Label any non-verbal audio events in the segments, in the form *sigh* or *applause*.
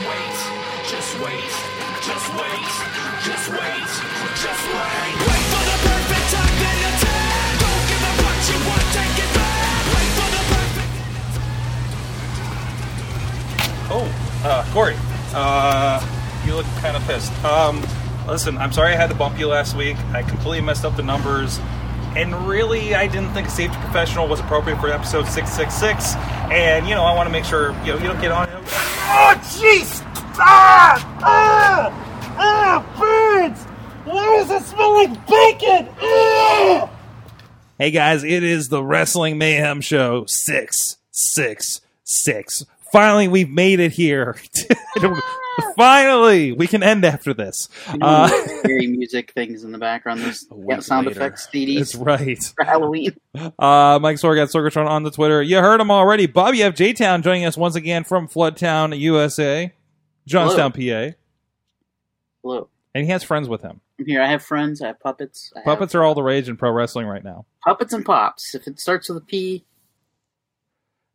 wait, just wait, just wait, just wait, just wait. Wait for the perfect time then attack. Don't give up what you want, take it back. Wait for the perfect. Oh, uh, Corey, uh, you look kind of pissed. Um, listen, I'm sorry I had to bump you last week. I completely messed up the numbers. And really, I didn't think Safety Professional was appropriate for episode 666. And, you know, I want to make sure, you know, you don't get on. Oh, jeez! Ah! Ah! Ah! Birds! Why does it smell like bacon? Hey guys, it is the Wrestling Mayhem Show 666. Finally, we've made it here. *laughs* Finally, we can end after this. Uh, Scary music things in the background. There's yeah, week sound later. effects that's CDs right. for Halloween. Uh, Mike Sorg at Sorgatron on the Twitter. You heard him already. Bobby F. J. Town joining us once again from Floodtown, USA, Johnstown, PA. Hello. And he has friends with him. I'm here. I have friends. I have puppets. I have Puppets are all the rage in pro wrestling right now. puppets and pops. If it starts with a P,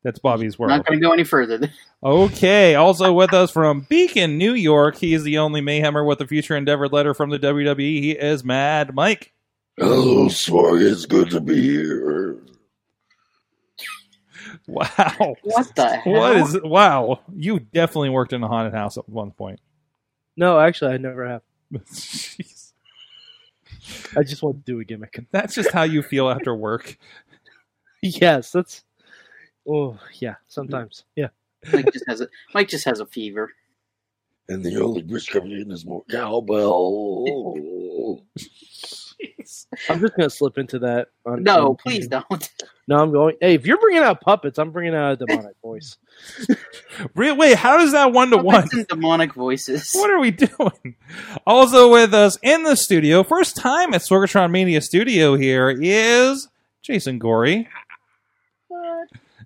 That's Bobby's we're world. not going to go any further. *laughs* Okay. Also with us from Beacon, New York, he is the only Mayhemmer with a future endeavored letter from the WWE. He is Mad Mike. Hello, Swag. Oh, It's good to be here. Wow. What the hell? What is wow? You definitely worked in a haunted house at one point. *laughs* No, actually, I never have. Jeez. I just want to do a gimmick. *laughs* That's just how you feel after work. Yes, that's. Oh yeah, sometimes yeah. *laughs* Mike just has a Mike just has a fever. *laughs* And the only bridge coming in is more *laughs* cowbell. I'm just gonna slip into that. On, No, on- please *laughs* don't. No, I'm going. Hey, if you're bringing out puppets, I'm bringing out a demonic voice. Really? Wait, how does that one to one? Puppets and demonic voices. What are we *laughs* doing? Also with us in the studio, first time at Sorgatron Media Studio here is Jason Gorey.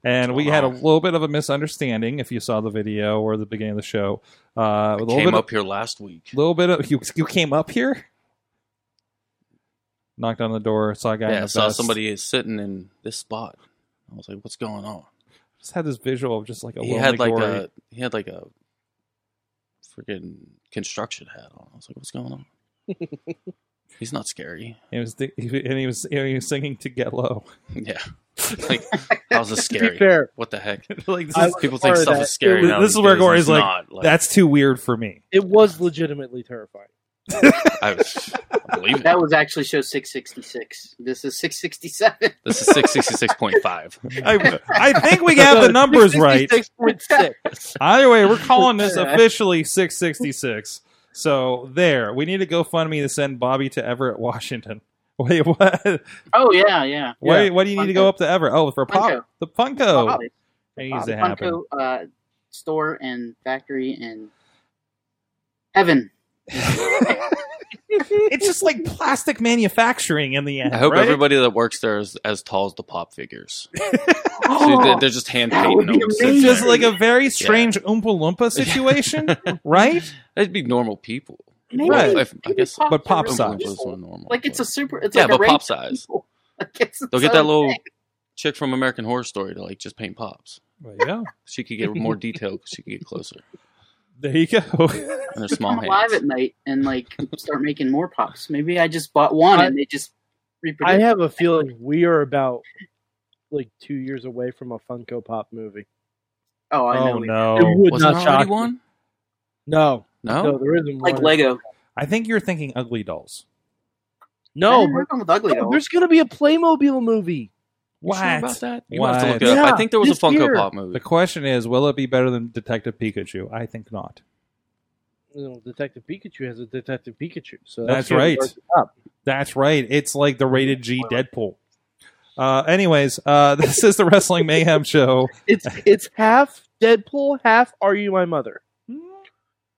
And we had a little bit of a misunderstanding if you saw the video or the beginning of the show. Uh, a little came bit up here last week. a little bit of you, you came up here, knocked on the door, saw a guy. in Yeah, I a saw vest. somebody is sitting in this spot. I was like, "What's going on?" Just had this visual of just like a he lonely had like Gorey. a he had like a freaking construction hat on. I was like, "What's *laughs* going on?" He's not scary. *laughs* He was th- he, *laughs* and he was and he was singing to get low. *laughs* Yeah, like how's this To scary? be fair, What the heck? like this I is, was People part think of stuff that. is scary. This is where nowadays. Gory's It's like, not, like that's too weird for me. it was *laughs* legitimately terrifying. I, was, I believe it. That was actually show 666. This is 667. This is six sixty six point five. *laughs* I, I think we have the numbers right. Six point six. *laughs* Either way, we're calling this officially 666. So there, we need to GoFundMe to send Bobby to Everett, Washington. *laughs* Wait, what? *laughs* Oh yeah, yeah. Why, why do you need to go up to Everett? Oh, for pop Funko. the Funko. Wow. Oh, It needs the to happen. Funko uh, store and factory and heaven. *laughs* it's just like plastic manufacturing in the end. I hope right? everybody that works there is as tall as the pop *laughs* figures. So they're, they're just hand that would painting be them. It's sitting just there. like a very strange Oompa Loompa *laughs* situation, right? They'd be normal people. Maybe, Right. If- I guess- Pops But Pop are size. really Oompa Loompas cool. were normal. Like it's a super. It's Yeah, like a but range pop of size. *laughs* people. Like, it's its They'll get own that little thing. chick from American Horror Story to like just paint pops. There you go. She could get *laughs* more detail because she could get closer. There *laughs* you go. And they're small Come alive at hands. night and *laughs* like start making more pops. Maybe I just bought one and they just reproduce. I have a feeling we are about like two years away from a Funko Pop movie. oh, I Oh know. It no! would Wasn't not there already shock. one? No, no, Oh. No? there isn't Like one. Lego. I think you're thinking ugly dolls. I No, didn't work on with but- Oh, ugly no, dolls. there's gonna be a Playmobil movie. You sure What? about that? You might have to look What? it up. Yeah, I think there was a this Funko year. Pop The movie. question is, will it be better than Detective Pikachu? I think not. You know, Detective Pikachu has a Detective Pikachu. So That's gonna be right. worth it up. That's right. It's like the rated G Deadpool. Uh, anyways, uh, *laughs* this is the Wrestling Mayhem Show. *laughs* It's it's half Deadpool, half Are You My Mother?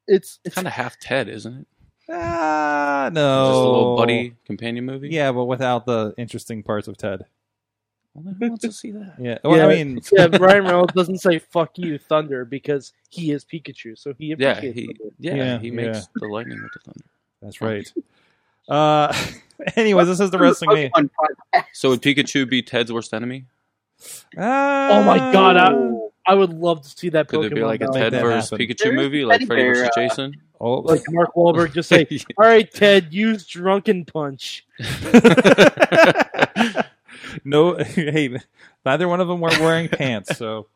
It's It's kind of half Ted, isn't it? Ah, no. Just a little buddy companion movie. Yeah, but without the interesting parts of Ted. Well, who wants to see *laughs* that? Yeah. Well, Yeah. I mean, *laughs* *laughs* yeah. Ryan Reynolds doesn't say "fuck you, Thunder" because he is Pikachu, so he Yeah, appreciates he Thunder. yeah, Yeah, he makes the lightning with the thunder. that's right. Uh, *laughs* anyways, this is the wrestling me. Pokemon podcast. So would Pikachu be Ted's worst enemy? Oh my God, I would love to see that Could Pokemon. there be like a battle. Ted that versus happen. Pikachu There's movie, like Teddy Freddy Bear, versus uh, *laughs* Jason? oh, *laughs* like Mark Wahlberg just *laughs* say, "All right, Ted, use drunken punch." *laughs* no, hey, neither one of them were wearing pants. So,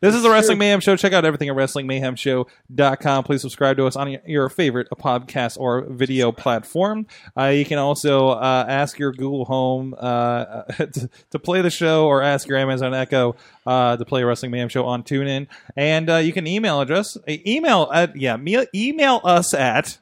this is the Wrestling Mayhem Show. Check out everything at WrestlingMayhemShow.com. Please subscribe to us on your favorite podcast or video platform. Uh, you can also uh, ask your Google Home uh, *laughs* to, to play the show or ask your Amazon Echo uh, to play Wrestling Mayhem Show on TuneIn. And uh, you can email address, uh, email, at, yeah, me- email us at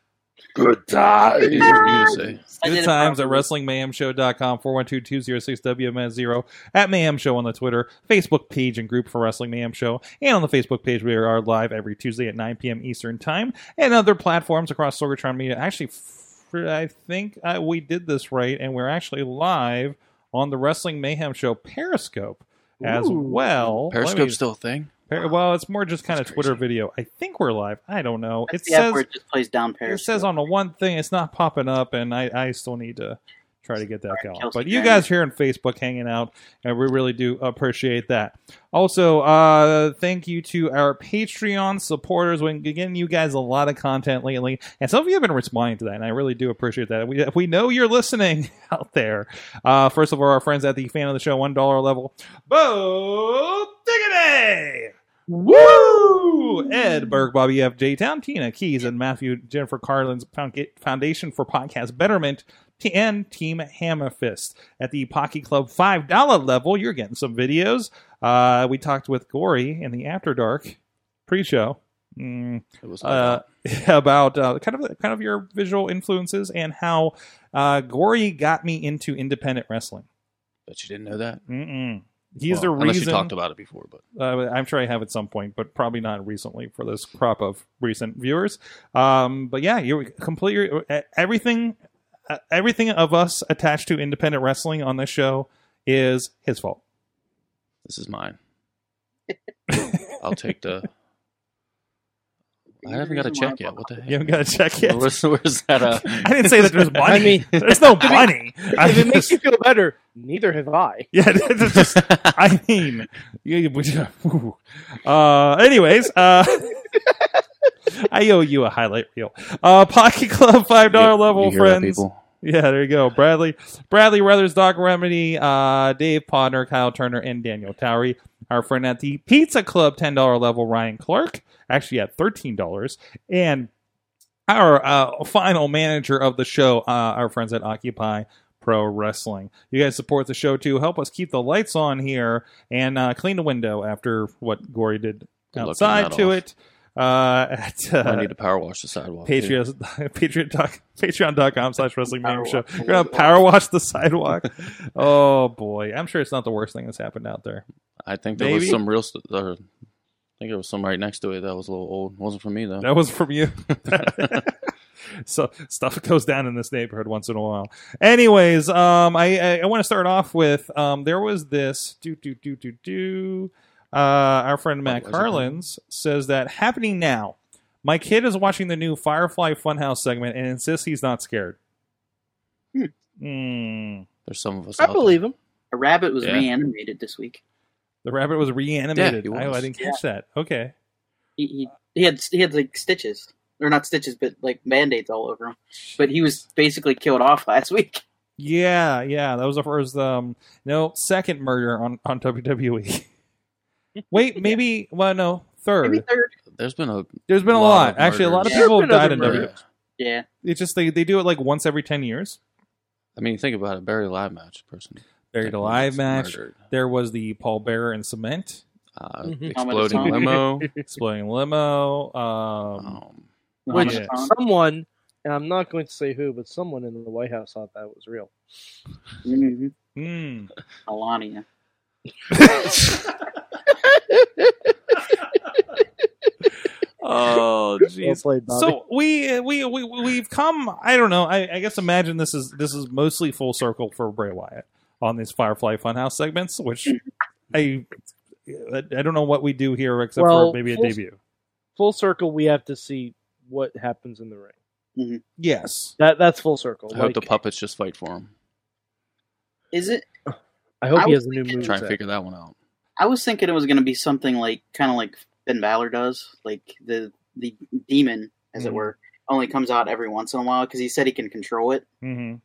Good time. Easy for you to say. I did Good it times at properly. WrestlingMayhemShow.com, 412-206-WMS0, at Mayhem Show on the Twitter, Facebook page and group for Wrestling Mayhem Show, and on the Facebook page we are live every Tuesday at 9 p.m. Eastern Time, and other platforms across Sorgatron Media. Actually, f- I think I, we did this right, and we're actually live on the Wrestling Mayhem Show Periscope as Ooh. well. Let me- Periscope's still a thing. Per- well, it's more just kind of That's Twitter crazy. video. I think we're live. I don't know. That's it the app says where it just plays down pairs. it says on the one thing it's not popping up and i, I still need to try to get that Sorry, going Kelsey but you Grammer. guys here on facebook hanging out and we really do appreciate that also uh thank you to our patreon supporters we've been getting you guys a lot of content lately and some of you have been responding to that and i really do appreciate that we, we know you're listening *laughs* out there uh first of all our friends at the fan of the show one dollar level bo diggity Woo! Ed Berg, Bobby F. J. Town, Tina Keys, and Matthew Jennifer Carlin's Found- Foundation for Podcast Betterment t- and Team Hammerfist. At the Pocky Club $5 level, you're getting some videos. Uh, we talked with Gory in the After Dark pre show. It was like Uh, *laughs* about uh, kind of kind of your visual influences and how uh, Gory got me into independent wrestling. but you didn't know that. Mm-mm. He's Well, the unless you reason talked about it before, but uh, I'm sure I have at some point, but probably not recently for this crop of recent viewers. Um, but yeah, you complete your, everything. Uh, everything of us attached to independent wrestling on this show is his fault. this *laughs* is mine. I'll take the. I haven't got a check yet. What the You heck? haven't got to check yet. Where's, where's that? Uh, *laughs* I didn't say that *laughs* there's money. I mean- there's no money. I if it makes just- you feel better, neither have I. *laughs* yeah, *laughs* that's *laughs* *laughs* just I mean, you- would you- ooh. uh, anyways, uh, *laughs* I owe you a highlight reel. Uh, Pocket Club five dollar level You hear that, friends. people? Yeah, there you go, Bradley, Bradley Ruthers, Doc Remedy, uh, Dave Podner, Kyle Turner, and Daniel Towery. Our friend at the Pizza Club ten dollar level, Ryan Clark, actually at thirteen dollars, and our uh, final manager of the show, uh, our friends at Occupy Pro Wrestling. You guys support the show too. Help us keep the lights on here and uh, clean the window after what Gory did Good luck getting outside that to off. it. Uh, *laughs* at uh, I need to power wash the sidewalk. too. Patreon, *laughs* Patreon doc, patreon.com slash wrestling Power meme show. wash. You're going to power wash the sidewalk. oh, boy. I'm sure it's not the worst thing that's happened out there. I think there was Maybe. some real. St- or, I think there was some right next to it that was a little old. wasn't for me though. That was from you. *laughs* so stuff goes down in this neighborhood once in a while. Anyways, um, I I, I want to start off with um, there was this do do do do do. Uh, our friend Matt Oh, is it Carlins says that happening now. My kid is watching the new Firefly Funhouse segment and insists he's not scared. Hmm. Hmm. There's some of us. I out there. believe him. A rabbit was Yeah. reanimated this week. The rabbit was reanimated. Yeah, he I- I, was. didn't catch that. Okay. He, he he had he had like stitches, or not stitches, but like band aids all over him. But he was basically killed off last *laughs* week. Yeah, yeah, that was the first. Um, no, second murder on on WWE. Wait, maybe well, no, third. Maybe third. There's been a There's been a lot lot. of Actually, a lot of murders. people have There's died been in other WWE. murders. Yeah, It's just they they do it like once every ten years. I mean, think about it. Buried alive match person. Buried Technically, alive it's match. murdered. There was the Paul Bearer and cement Uh, Mm-hmm. Mhm. exploding *laughs* *laughs* Thomas limo. exploding limo. Um, Um, which yeah. Someone, and I'm not going to say who, but someone in the White House thought that was real. hmm mm. Melania. oh, Oh, Well jeez. played, Bobby. So we uh, we we we've come. I don't know. I, I guess imagine this is this is mostly full circle for Bray Wyatt on these Firefly Funhouse segments, *laughs* which I I don't know what we do here except Well, for maybe a full- debut. full circle, we have to see what happens in the ring. Yes. That that's full circle. I hope Like, the puppets just fight for him. Is it? I hope I he was has a new move. Try and figure that one out. I was thinking it was going to be something like kind of like Ben Balor does, like the the demon, as Mm. it Mhm. were, only comes out every once in a while because he said he can control it. Mm-hmm.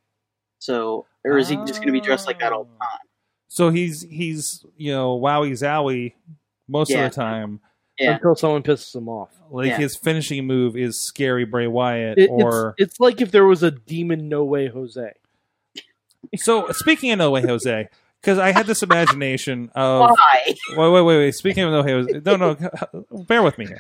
So, or is he just going to be dressed like that all the time? So he's he's you know wowie zowie most Yeah. of the time. Yeah. until someone pisses him off. Like Yeah. his finishing move is scary Bray Wyatt It- *laughs* or it's, it's like if there was a demon No Way Jose. so. Speaking of No Way Jose, because I had this imagination Oh. of Why? wait, wait, wait, wait. Speaking of No Way Jose, no, *laughs* no, bear with me here.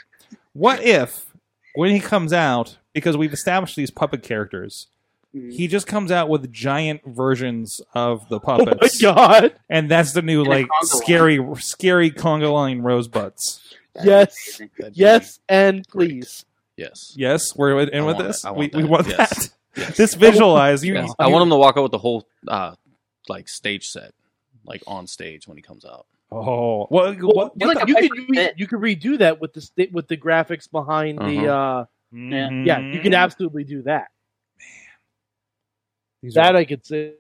What if when he comes out, because we've established these puppet characters, Mm-hmm. he just comes out with giant versions of the Oh my puppets, god! and that's the new And a like conga line. scary, scary conga line rosebuds. That'd be Yes. amazing. That'd be- Yes, and please. *laughs* Yes. Yes, we're in I with want this. that. I We, want we that. want Yes. that. *laughs* This visualize you. Yes. I want him to walk out with the whole uh, like stage set, like on stage when he comes out. Oh, well, what, Well, what do like the- a you pipe could on re- pit. you could redo that with the sta- with the graphics behind the uh Yeah. Mhm. yeah you could absolutely do that These are- that I could see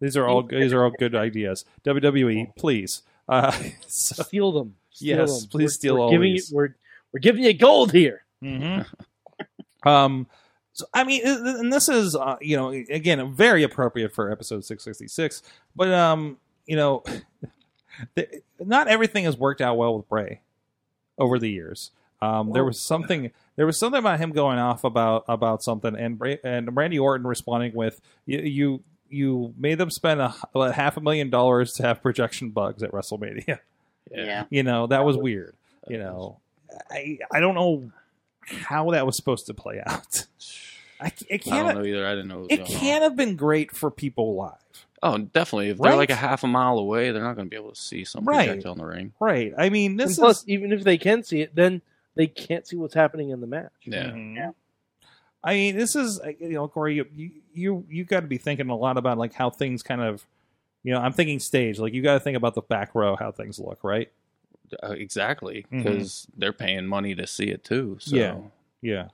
These are all these are all good ideas. WWE, please. Uh, *laughs* so- steal them steal Yes, them. please steal all giving these. you, we're we're giving you gold here um, so I mean, th- th- and this is uh, you know again very appropriate for episode six sixty six, but um, you know, *laughs* th- not everything has worked out well with Bray over the years. Um, there was something there was something about him going off about about something, and Bray, and Randy Orton responding with you. you you made them spend a, h- a half a million dollars to have projection bugs at WrestleMania. *laughs* Yeah. You know that was weird you know i i don't know how that was supposed to play *sighs* out i, c- it I can't don't know either. I didn't know. what was it going on. can't have been great for people live Oh, definitely. If Right? they're like a half a mile away, they're not going to be able to see something Right. projectile on the ring. right i mean and this plus is even if they can see it then they can't see what's happening in the match Yeah. Mhm. Yeah. i mean this is uh, you know corey you you you, you got to be thinking a lot about like how things kind of you know i'm thinking stage like you got to think about the back row how things look right Uh, exactly. Mhm. Because they're paying money to see it too. So Yeah. yeah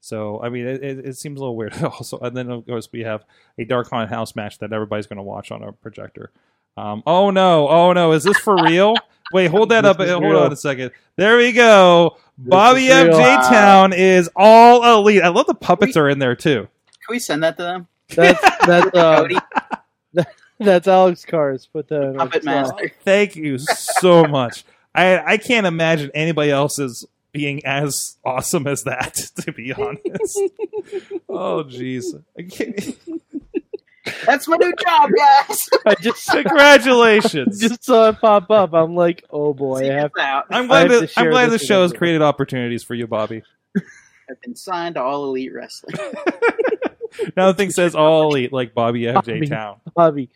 so I mean, it, it, it seems a little weird. *laughs* Also, and then of course we have a Dark Haunted House match that everybody's going to watch on a projector. Um, oh no! Oh no! Is this for *laughs* real? Wait, hold that This up. is Hold real. on a second. There we go. This Bobby is real. MJ Town is all elite. I love the puppets are in there *laughs* too. Can we send that to them? that's *laughs* that's uh, Cody, *laughs* that's Alex Cars put that in our chat. puppet master. Thank you so much. I I can't imagine anybody else's being as awesome as that. *laughs* To be *laughs* honest. oh jeez. I can't- *laughs* That's my new job, guys. I just Congratulations. *laughs* just saw it pop up I'm like oh *laughs* boy See I have this out. I'm I glad have that, to I'm share glad this this show with has everyone. created opportunities for you, Bobby. I've been signed to All *laughs* Elite Wrestling. Now the thing says all elite like Bobby FJ Bobby. Town. Bobby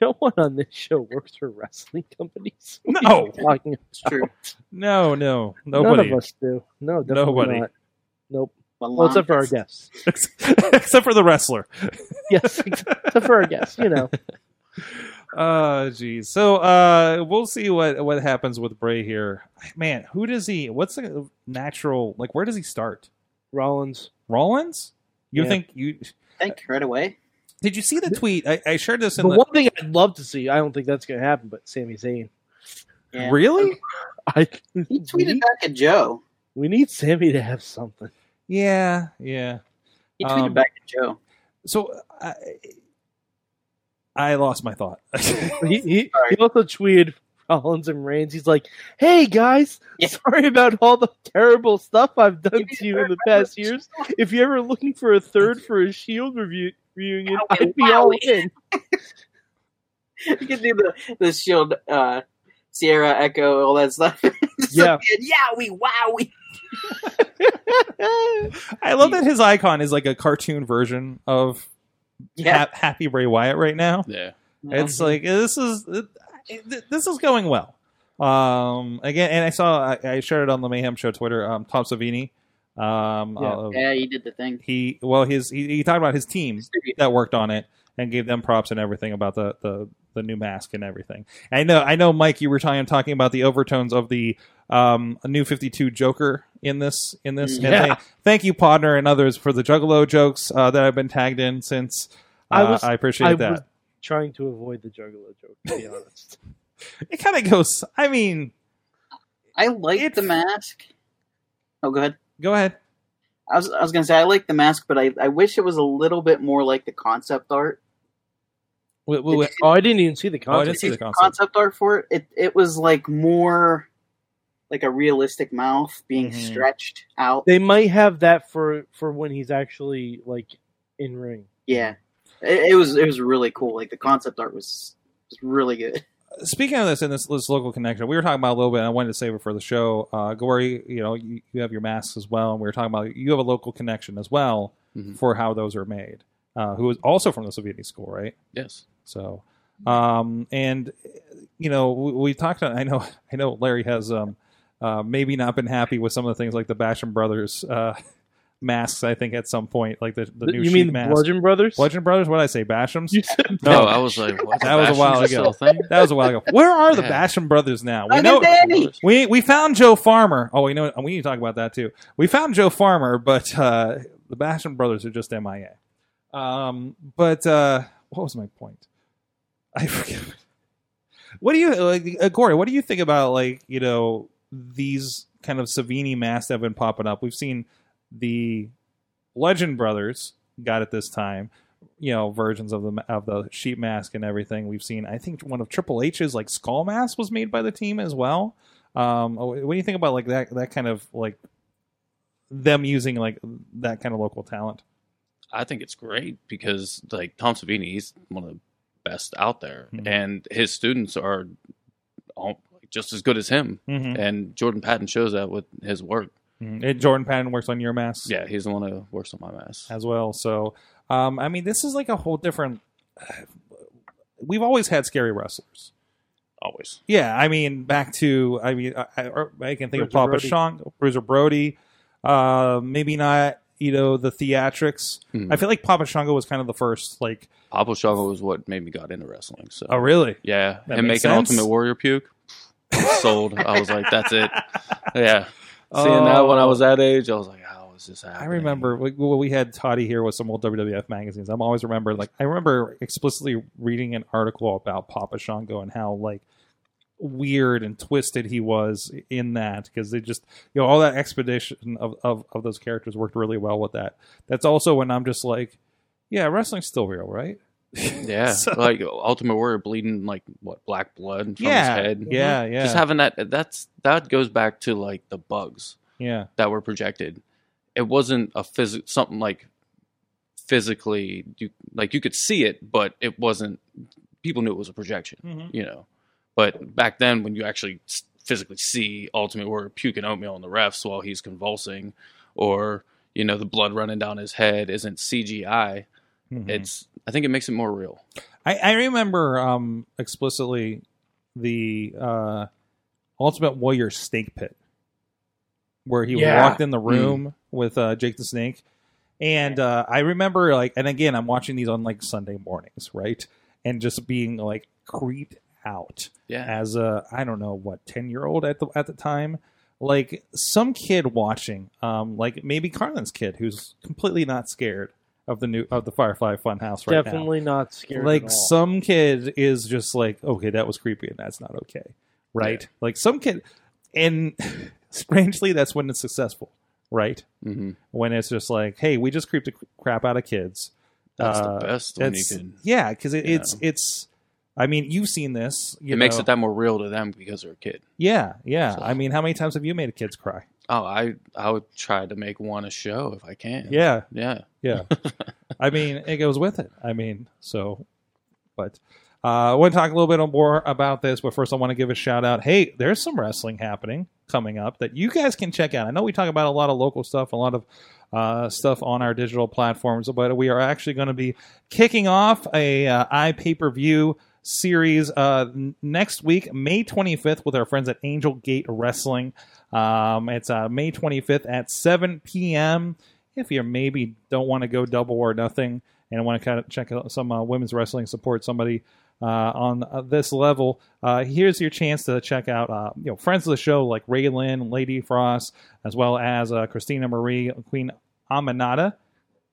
no one on this show works for wrestling companies *laughs* What are you No. talking It's true. No, no, nobody. None of us do. No, definitely Nobody. Not. Nope. Well, Well, except for our guests. *laughs* Except for the wrestler. Yes, *laughs* except for our guests. *laughs* You know, Uh geez. So uh we'll see what what happens with Bray here. Man, who does he what's the natural like where does he start? Rollins. Rollins? You Yeah. think you Thank you right away. did you see the tweet? I, I shared this The in the, one thing I'd love to see. I don't think that's going to happen, but Sami Zayn. Yeah. Really? I He *laughs* tweeted we, back at Joe. we need Sammy to have something. Yeah, yeah. He tweeted Um, back at Joe. So I I lost my thought. He, he, Sorry. he also tweeted Rollins and Reigns. He's like, "Hey guys, Yeah. sorry about all the terrible stuff I've done to you in the past years. If you're ever looking for a third for a Shield review reunion, Owie, I'd be all wowie. in." *laughs* *laughs* You can do the, the shield, uh, Sierra Echo, all that stuff. *laughs* Just Yeah. like, yeah, we, wow, we. I love that his icon is like a cartoon version of Yeah. Hap- Happy Bray Wyatt right now. Yeah. It's like this is this is going well Um, again, and I saw I, I shared it on the Mayhem Show Twitter. Um, Tom Savini. Um, Yeah. uh, Yeah, he did the thing. he well his he, he talked about his team that worked on it and gave them props and everything about the the the new mask and everything. I know I know Mike you were talking talking about the overtones of the um new 52 Joker in this in this and Yeah. thank, thank you Podner and others for the Juggalo jokes uh, that I've been tagged in since uh, I, I was- appreciate I that. was trying to avoid the Juggalo joke, to be honest. It kind of goes I mean, I like It's- the mask. Oh, go ahead. go ahead. I was, I was gonna say I like the mask, but I, I wish it was a little bit more like the concept art. We- we- we- Oh, I didn't even see the Oh, I concept. didn't see the concept. Concept art for it, it it was like more like a realistic mouth being Mhm. stretched out. they might have that for for when he's actually like in ring. Yeah, it, it was it was really cool. Like the concept art was was really good. speaking of this in this, this local connection, we were talking about a little bit, and I wanted to save it for the show. Uh, Gory, you know, you, you have your masks as well, and we were talking about you have a local connection as well Mhm. for how those are made. Uh, who is also from the Savini School, right? Yes. So, um, and you know, we, we talked. I know, *laughs* I know, Larry has um, uh, maybe not been happy with some of the things like the Basham Brothers uh, *laughs* masks. I think at some point, like the, the new you sheet mean the mask. Bludgeon Brothers? Bludgeon Brothers? What did I say? *laughs* Bashams? You said No, I was *laughs* like, what? That was a Bastion's while ago. still a thing? That was a while ago. Where are the Yeah. Basham brothers now? Other *laughs* Danny! We we found Joe Farmer. Oh, we know we need to talk about that too. We found Joe Farmer, but uh, the Basham brothers are just MIA. Um, but uh, what was my point? I *laughs* forget. What do you like, uh, Corey? What do you think about like you know these kind of Savini masks that have been popping up? We've seen the Legend Brothers got it this time. You know, versions of the of the sheet mask and everything. We've seen. I think one of Triple H's like skull mask was made by the team as well. Um, oh, what do you think about like that that kind of like them using like that kind of local talent? I think it's great because like Tom Savini, he's one of the best out there, Mhm. and his students are all, just as good as him. Mm-hmm. And Jordan Patton shows that with his work. And Mm-hmm. Jordan Patton works on your mask. Yeah, he's the one who works on my mask. as well. So, um, I mean, this is like a whole different. *sighs* We've always had scary wrestlers. Always. Yeah, I mean, back to I mean, I, I, I can think of Bruiser Papa Brody. Shank, Bruiser Brody. Uh, maybe not. You know, the theatrics. Hmm. Mhm. I feel like Papa Shango was kind of the first. Like, Pablo Shago was what made me got into wrestling. So oh really? yeah, That him makes making sense. Ultimate Warrior puke. I was sold. I was like, *laughs* that's it. Yeah. Seeing that when I was that age, I was like, how is this happening? Oh. I remember we, well, we had Toddy here with some old WWF magazines. I'm always remember like I remember explicitly reading an article about Papa Shango and how like weird and twisted he was in that because they just you know all that expedition of, of of those characters worked really well with that. That's also when I'm just like, yeah, wrestling's still real, right? *laughs* Yeah, So- like Ultimate Warrior bleeding like what black blood from yeah, his head. Mm-hmm. yeah, yeah, Just having that that's that goes back to like the bugs yeah. that were projected. It wasn't a phys- something like physically you like you could see it, but it wasn't people knew it was a projection, Mm-hmm. you know. But back then when you actually s- physically see Ultimate Warrior puking oatmeal on the refs while he's convulsing or you know the blood running down his head isn't CGI, Mhm. it's I think it makes it more real. I, I remember um, explicitly the uh, Ultimate Warrior Snake Pit, where he Yeah. walked in the room with uh, Jake the Snake, and uh, I remember like, and again, I'm watching these on like Sunday mornings, right, and just being like creeped out Yeah. as a I don't know what ten year old at the at the time, like some kid watching, um, like maybe Carlin's kid who's completely not scared of the new of the Firefly Funhouse right now Definitely not scared. like at all. some kid is just like okay that was creepy and that's not okay right like some kid and *laughs* strangely that's when it's successful right Mm-hmm. when it's just like hey we just creeped the crap out of kids That's Uh, the best when you that's can. yeah because it, you it's know. it's i mean you've seen this you It makes know. it that more real to them because they're a kid. yeah yeah So- i mean how many times have you made kids cry Oh, I I would try to make one a show if I can. yeah yeah. Yeah. I mean, it goes with it. I mean, so, but uh, I want to talk a little bit more about this, but first I want to give a shout out. Hey, there's some wrestling happening coming up that you guys can check out. I know we talk about a lot of local stuff, a lot of uh, stuff on our digital platforms, but we are actually going to be kicking off a uh, iPay per view series uh, n- next week, May 25th, with our friends at Angel Gate Wrestling. Um, it's uh, May 25th at 7 p.m. If you maybe don't want to go double or nothing and want to kind of check out some uh, women's wrestling, support somebody uh, on uh, this level, uh, here's your chance to check out uh, you know friends of the show like Ray Lynn, Lady Frost, as well as uh, Christina Marie, Queen Amanada.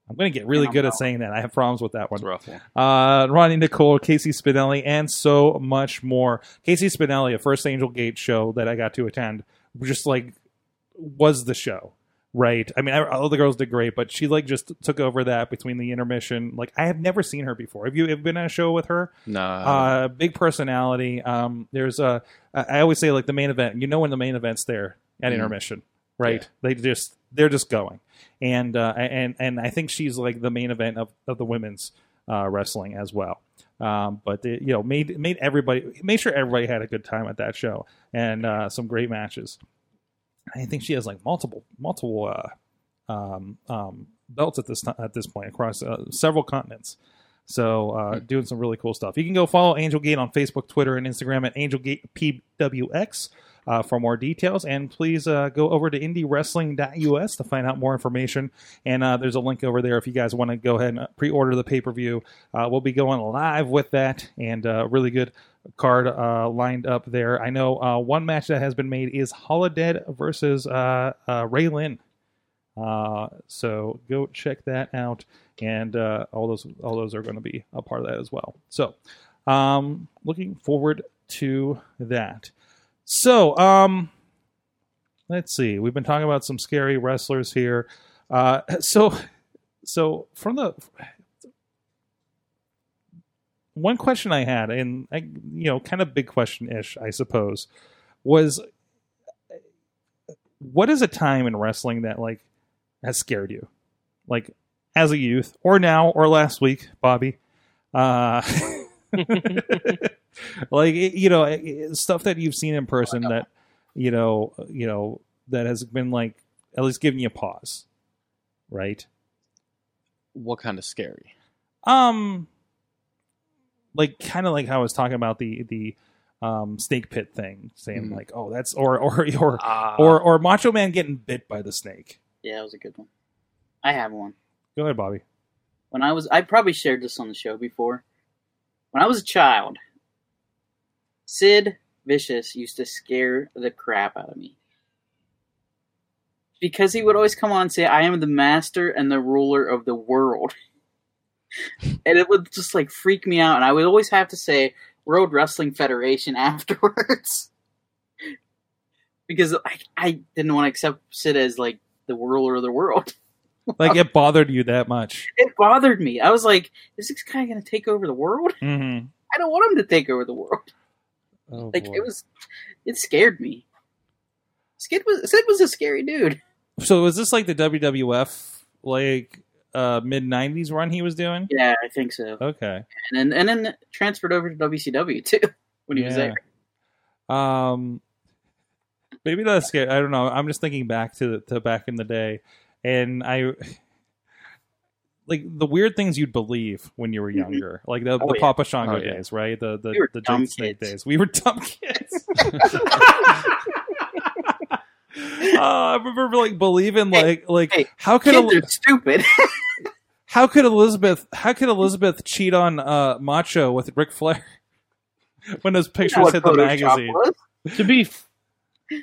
I'm going to get really good at saying that. I have problems with that one It's a rough one. uh, Ronnie Nicole, Casey Spinelli, and so much more. Casey Spinelli, a first Angel Gate show that I got to attend, just like was the show, right? I mean, I- all the girls did great, but she like just took over that between the intermission. Like, I have never seen her before. Have you ever been on a show with her? Nah. Uh, big personality. Um, there's a. I I always say like the main event. You know when the main event's there at Mhm. intermission, right? They just they're just going, and uh, and and I think she's like the main event of of the women's uh, wrestling as well. Um, but it, you know made made everybody made sure everybody had a good time at that show and uh, some great matches. I think she has like multiple multiple uh, um, um, belts at this ti- at this point across uh, several continents. So uh, doing some really cool stuff. You can go follow Angel Gate on Facebook, Twitter, and Instagram at AngelGatePWX uh, for more details. And please uh, go over to IndieWrestling.us to find out more information. And uh, there's a link over there if you guys want to go ahead and uh, pre-order the pay-per-view. Uh, we'll be going live with that, and uh, really good card uh, lined up there. I know uh, one match that has been made is Holodead versus uh, uh, Ray Lynn. Uh, so go check that out, and uh, all those all those are going to be a part of that as well. So, um, looking forward to that. So, um, let's see. We've been talking about some scary wrestlers here. Uh, *laughs* so, so from the one question I had, and I, you know, kind of big question ish, I suppose, was what is a time in wrestling that like has scared you, like as a youth or now or last week, Bobby? Uh, *laughs* like it- you know, it- it- stuff that you've seen in person that you know, you know, that has been like at least giving you pause, right? what kind of scary? Um, like kind of like how I was talking about the the um snake pit thing, saying Mhm. like, oh, that's or or *laughs* or Ah. or or Macho Man getting bit by the snake. Yeah, that was a good one. I have one. Go ahead, Bobby. When I was, I probably shared this on the show before. When I was a child, Sid Vicious used to scare the crap out of me. Because he would always come on and say, I am the master and the ruler of the world. and it would just like freak me out. And I would always have to say, World Wrestling Federation *laughs* afterwards. because I, I didn't want to accept Sid as like the ruler of the world Like it bothered you that much? it bothered me. I was like, is this guy going to take over the world? Mm-hmm. I don't want him to take over the world. Oh, Like boy. it was, it scared me. Skid was Sid was a scary dude. so was this like the WWF like uh mid '90s run he was doing? Yeah, I think so. Okay. And then, and then transferred over to WCW too when he was Yeah. there. Um, maybe that's scary. I don't know. I'm just thinking back to to back in the day, and I like the weird things you'd believe when you were Mhm. younger, like the, Oh, the yeah. Papa Shango Oh, yeah. days, right? The the We were the dumb Jake Snake kids. days. We were dumb *laughs* kids. *laughs* Uh, I remember like believing Hey, like like hey, how could Kids El- are stupid. how could Elizabeth how could Elizabeth cheat on uh, Macho with Ric Flair *laughs* when those *laughs* pictures What hit the Photoshop magazine? was. To be f-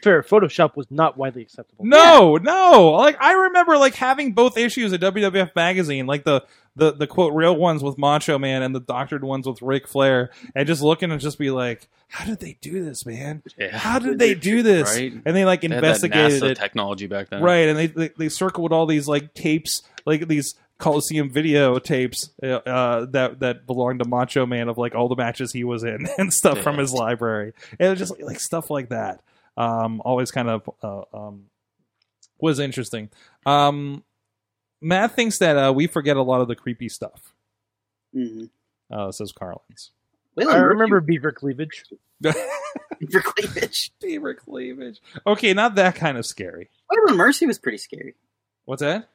fair, Photoshop was not widely acceptable. No, no. Like I remember like having both issues of WWF magazine, like the the the quote real ones with Macho Man and the doctored ones with Ric Flair, and just looking and just be like, how did they do this, man? Yeah. How did they do this? Right? And they like They had that investigated NASA it, technology back then. right? And they, they they circled all these like tapes, like these Coliseum video tapes uh, uh, that that belonged to Macho Man of like all the matches he was in *laughs* and stuff from Yeah. his library. And it was just like stuff like that. Um, always kind of uh, um, was interesting. Um, Matt thinks that uh, we forget a lot of the creepy stuff. Mhm. Uh, says Carlins. *laughs* Will I and remember beaver cleavage. Mercy for cleavage. Beaver cleavage. Okay, not that kind of scary. Waylon Mercy was pretty scary. What's that?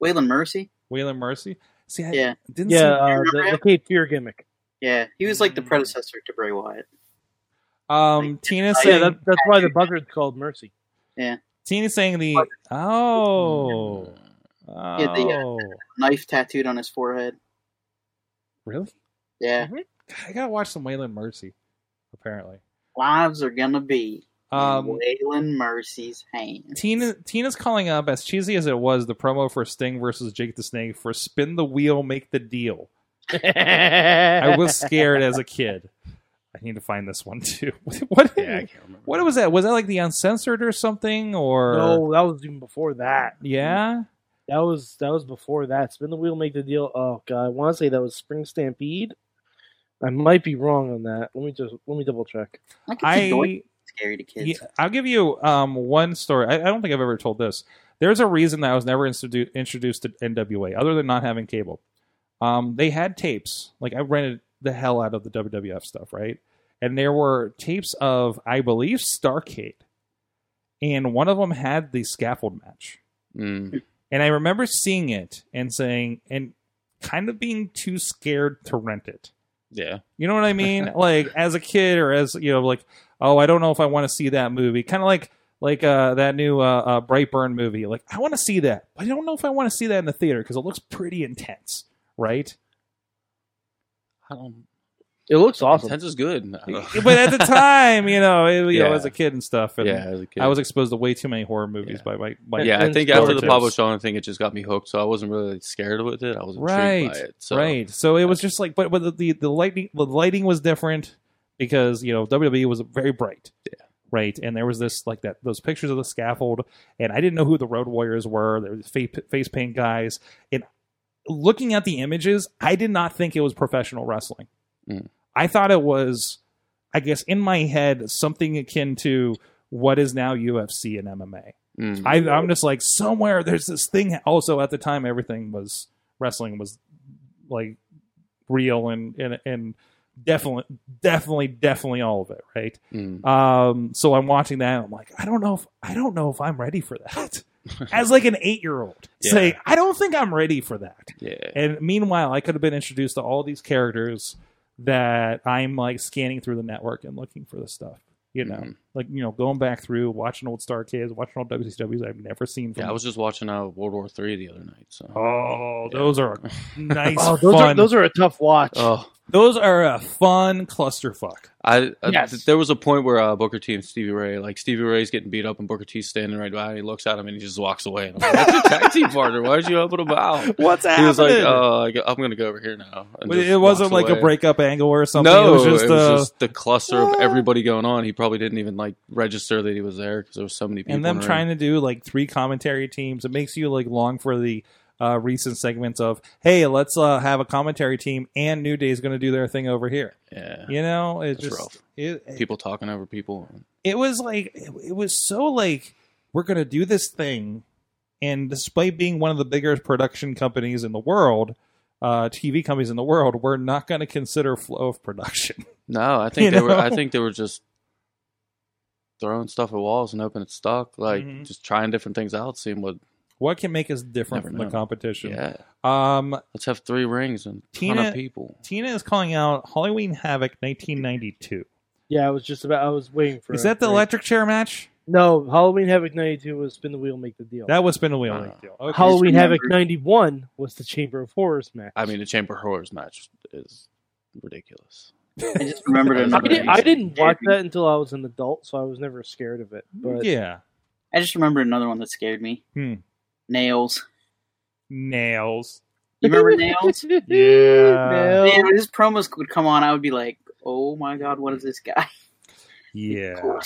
Waylon Mercy. Whalen Mercy. See, I Yeah. didn't see Yeah, uh, the, the Cape Fear gimmick. Yeah, he was like the predecessor to Bray Wyatt. Um, Tina I- uh, Yeah, saying that, that's why the buzzard's called Mercy. *laughs* Tina saying the oh Yeah, the, uh, oh Knife tattooed on his forehead. really? Yeah, God, I gotta watch some Wayland Mercy. Apparently, lives are gonna be in um, Waylon Mercy's hands. Tina Tina's calling up as cheesy as it was the promo for Sting versus Jake the Snake for "Spin the Wheel, Make the Deal." I I was scared *laughs* as a kid. I need to find this one too. *laughs* what? Yeah, I can't remember. What was that? Was that like the uncensored or something? Or No, that was even before that. yeah, That was that was before that. Spin the wheel, make the deal. Oh god, I want to say that was Spring Stampede. I might be wrong on that. Let me just let me double check. I could see going I scary to kids. yeah, I'll give you um one story. I, I don't think I've ever told this. There's a reason that I was never institu- introduced to NWA, other than not having cable. Um, they had tapes. Like I rented the hell out of the WWF stuff, right? And there were tapes of, I believe, Starcade, and one of them had the scaffold match. Mm. And I remember seeing it and saying, and kind of being too scared to rent it. Yeah. You know what I *laughs* mean? like as a kid or as you know, like oh, I don't know if I want to see that movie. Kind of like like uh, that new uh, uh, Brightburn movie. Like I want to see that, but I don't know if I want to see that in the theater because it looks pretty intense, right? I don't. It looks awesome. Intense is *laughs* good. I don't- but at the time, you know, it- you know, Yeah. as a kid and stuff, and yeah, as a kid. I was exposed to way too many horror movies by my, by yeah, I and think after the relatives. Pablo Shawn thing, it just got me hooked. So I wasn't really scared with it. I was intrigued Right, by it. So Right. So it was just like, but, but the, the the lighting the lighting was different because you know WWE was very bright. Yeah. Right. And there was this like that those pictures of the scaffold, and I didn't know who the Road Warriors were. There was face, face paint guys, and looking at the images, I did not think it was professional wrestling. Mm. I thought it was, I guess, in my head something akin to what is now UFC and MMA. Mm. I, I'm just like somewhere there's this thing. Also, at the time, everything was wrestling was like real and and and definitely definitely definitely all of it right Mm. um so i'm watching that and i'm like i don't know if i don't know if i'm ready for that as like an eight year old Yeah. say i don't think i'm ready for that Yeah. and meanwhile i could have been introduced to all these characters that i'm like scanning through the network and looking for this stuff you know Mhm. like you know going back through watching old star kids watching old wcws i've never seen from Yeah, I was just watching uh, World War Three the other night. So Mm. oh those *laughs* are a nice Oh, those fun are those are a tough watch. Oh, those are a fun clusterfuck I, I Yes. th- there was a point where uh, Booker T and Stevie Ray, like Stevie Ray's getting beat up and Booker T's standing right by, and he looks at him and he just walks away. And I'm like, That's your *laughs* tag team partner. Why did you helping him out? What's He was like, happening? "Oh, I go- I'm gonna go over here now." and But just it wasn't walks like a away. breakup angle or something. No, it was just, uh, the cluster of everybody going on. He probably didn't even like register that he was there because there was so many people. and them in the trying room. to do like three commentary teams. It makes you like long for the uh, recent segments of hey, let's uh, have a commentary team and New Day's going to do their thing over here. yeah, You know, it's That's just rough. it, it, people talking over people. it was like it, it was so like we're going to do this thing, and despite being one of the bigger production companies in the world. Uh, TV companies in the world, we're not going to consider flow of production. *laughs* No, I think You they were. I know? think they were just throwing stuff at walls and hoping it stuck. Like Mhm. just trying different things out, seeing what. What can make us different Never from the know. competition? Yeah, Um, let's have three rings and a ton Tina- of people. Tina is calling out Halloween Havoc *laughs* 1992. Yeah, I was just about. I was waiting for. Is it. that the Right. electric chair match? No, Halloween Havoc '92 was Spin the Wheel, Make the Deal. That was spin a wheel. Uh, Like, deal. Okay. Halloween Just Havoc remember- '91 was the Chamber of Horrors match. I mean, the Chamber of Horrors match is ridiculous. I just remembered I I, another. didn't, didn't- I didn't watch that until I was an adult, so I was never scared of it. But yeah, I just remembered another one that scared me. Hmm. Nails. nails. You remember Nails? *laughs* yeah. Man, when his promos would come on, I would be like, "Oh my god, what is this guy?" *laughs* Yeah.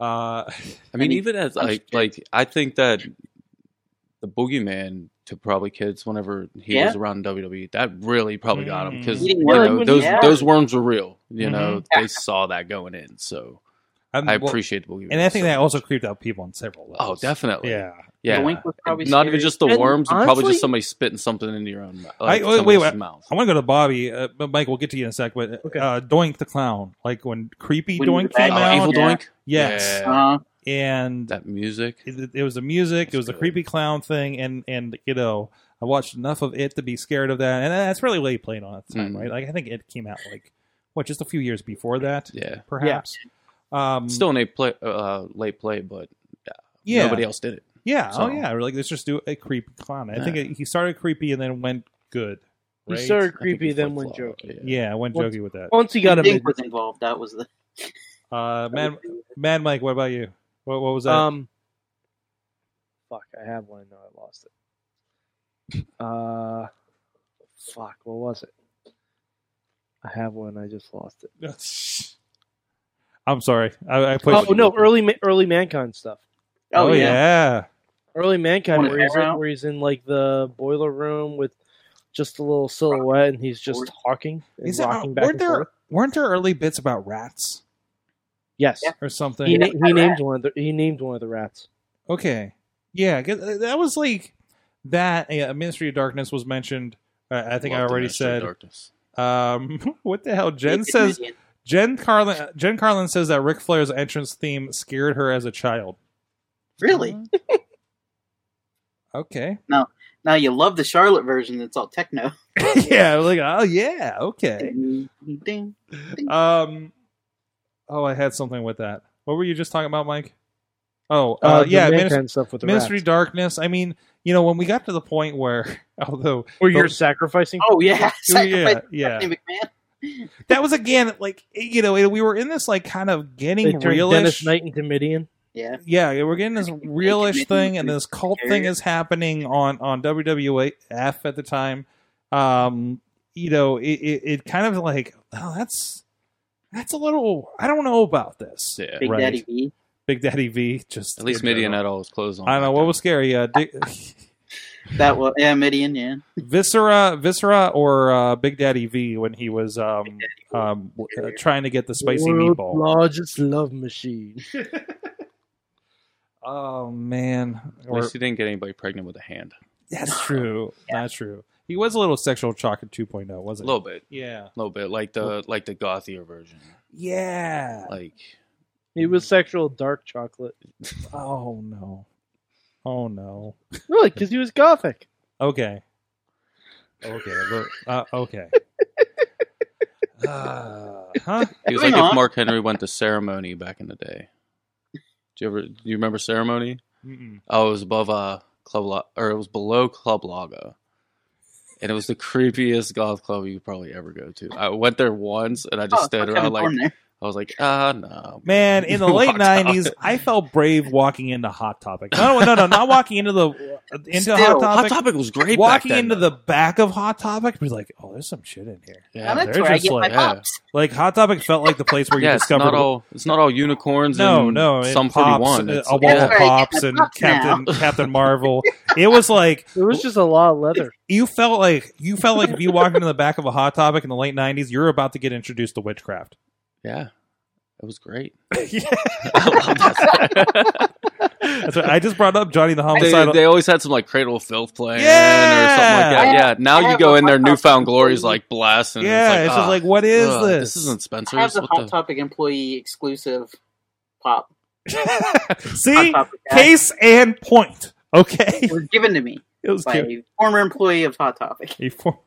Uh, *laughs* I mean, And he even as punched like it. like I think that the boogeyman to probably kids whenever he was around WWE E, that really probably got him because Mhm. Eating you worms know when those he had those it. worms were real. You know they saw that going in, so I'm- I well, appreciate the boogeyman. and I think so that also much. creeped out people on several oh levels. definitely Yeah. yeah. The wink was probably Not scary. even just the And worms, and probably honestly- just somebody spitting something into your own mouth. I- Like wait, wait, somebody's wait. mouth. I want to go to Bobby, uh, but Mike, we'll get to you in a sec. But Okay. uh, Doink the clown, like when creepy When Doink the bad came Oh, guy- out. evil Yeah. doink. Yes, Yeah. Uh, and Um, That music. it, it was the music. it That's was the good. creepy clown thing, and and you know, I watched enough of it to be scared of that, and that's really what he played on at the time, Mhm. right? Like I think it came out like what just a few years before that, Yeah. perhaps. Um, Still an a play, uh, late play, but yeah, nobody else did it. yeah, So- oh yeah. Like let's just do a creepy clown. I think it, he started creepy and then went good. He Right? started I think creepy, he then flip-flopped, went jokey. Yeah. yeah, went Once- jokey with that. Once he got a Dink mid, was involved. That was the Uh, Mad, Mad Mike, what about you? What, what was that? um, fuck, I have one. No, I lost it. Uh, fuck, what was it? I have one. I just lost it. *laughs* I'm sorry. I, I put. Oh no, early Ma- early mankind stuff. oh, yeah. Early mankind Wanna where he's, air in, out? where he's in like the boiler room with just a little silhouette, and he's just talking and These are- rocking back uh, weren't and there forth. weren't there early bits about rats Yes, Yeah. or something? he, na- he named one. Of the, he named one of the rats. Okay, yeah, 'cause, uh, that was like that. uh, Yeah, Ministry of Darkness was mentioned. Uh, I think I Love the already Ministry of said. Darkness. Um, *laughs* what the hell? *laughs* Jen says Jen Carlin. uh, Jen Carlin says that Ric Flair's entrance theme scared her as a child. Really? *laughs* Okay. *laughs* Now you love the Charlotte version that's all techno. yeah. I'm Like oh yeah. Okay. Ding, ding. Um. Oh, I had something with that. What were you just talking about, Mike? Oh, Uh, uh, the yeah. mankind Ministry stuff with the Ministry rats. Darkness. I mean, you know, when we got to the point where, *laughs* although, where you're Those- sacrificing. *laughs* Oh *laughs* yeah. yeah, Sacrifice yeah, Stephanie McMahon. that was again like you know we were in this like kind of They getting turned realish. Dennis Knight into Midian. Yeah. Yeah, we're getting this realish Midian thing, and was this cult thing is happening on on WWF at the time. Um, you know, it, it, it kind of like, oh, that's that's a little. I don't know about this. Yeah. Big Right. Daddy V. Big Daddy V. Just At least in Midian general. had all his clothes on. I don't know what was scary. Uh, Dick, That was yeah, Midian, yeah. *laughs* Viscera, Viscera, or uh, Big Daddy V when he was um, V. um, uh, trying to get the spicy World's meatball. Largest love machine. Oh man, At or, least he didn't get anybody pregnant with a hand. that's *laughs* true. That's true. He was a little sexual chocolate 2.0, A oh, wasn't little bit, he? Yeah, a little bit, like the like the gothier version. yeah. Like It Hmm. was sexual dark chocolate. Oh no, oh no. Really? Because he was gothic. Okay, okay, look, uh, okay. Uh, huh? he was Hang like if on. Mark Henry went to ceremony back in the day. Do you ever? Do you remember ceremony? Mm-mm. Oh, it was above uh club La- or it was below Club Lago, and it was the creepiest goth club you could probably ever go to. I went there once, and I just Oh, stood I haven't around like gone there. I was like, ah, no. *laughs* Man, in the Walked late out. nineties, I felt brave walking into Hot Topic. No, no, no, no, not walking into the into Still, Hot Hot Topic. Topic was great. walking back then, into though. the back of Hot Topic, be like, oh, there's some shit in here. Now yeah, that's they're where I just get like, my yeah. pops. Like Hot Topic felt like the place where you yeah, it's discovered not all it's not all unicorns. no, and no, some some pops, thirty one. uh, It's a like, wall That's of where I get pops my and pops now. Captain Captain Marvel. It was like There was just a lot of leather. you felt like you felt like if you walked into the back of a Hot Topic in the late nineties, you're about to get introduced to *laughs* witchcraft. *laughs* yeah, it was great. *laughs* Yeah. I love that. That's right. I just brought up Johnny the they, Homicidal. they always had some like Cradle of Filth playing or Yeah! something like that. Yeah, now I you have go a in there, hot dog newfound employee. glories like blasting. yeah, it's, just ah, like what is ugh, this? isn't Spencer's. I have the What Hot the- Topic employee exclusive pop. *laughs* See, Hot Topic ad. case and point. Okay, *laughs* It was given to me it was by cute. a former employee of Hot Topic. A four-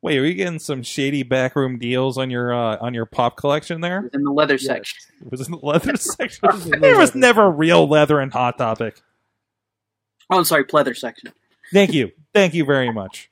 Wait, are you getting some shady backroom deals on your uh, on your pop collection It there? was in the leather Yes. section. It was in the leather *laughs* section. there was never real leather in Hot Topic. Oh, I'm sorry, pleather section. Thank you, thank you very much.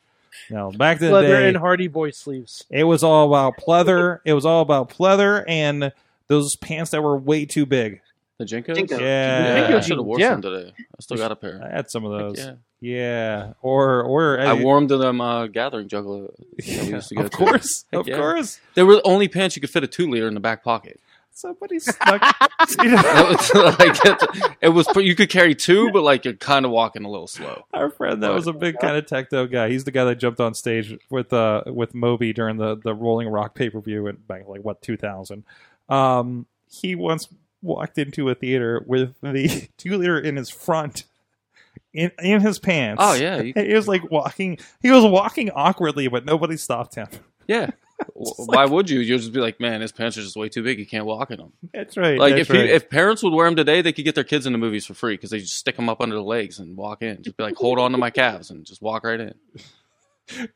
No, back to the Leather day, and Hardy Boy sleeves. it was all about pleather. It was all about pleather and those pants that were way too big. The Jinkos. Jinkos. Yeah, I should have worn Yeah. some today. I still got a pair. I had some of Heck those. yeah. yeah. or or I *laughs* wore them to them uh, gathering juggler. that we used to go of to. course, Heck of yeah. course. They were the only pants you could fit a two liter in the back pocket. *laughs* Somebody snuck. *laughs* That was, like, it- it was you could carry two, but like you're kind of walking a little slow. Our friend that was a big kind of techno guy. He's the guy that jumped on stage with uh with Moby during the the Rolling Rock pay per view in back like what two thousand. Um, he once walked into a theater with the *laughs* two liter in his front, in in his pants. Oh yeah, you, And he was like walking. He was walking awkwardly, but nobody stopped him. *laughs* yeah. Why would you? You'll just be like, man, his pants are just way too big. He can't walk in them. That's right. Like that's if you, right. if parents would wear them today, they could get their kids into movies for free because they just stick them up under the legs and walk in. Just be like, hold on to my calves and just walk right in.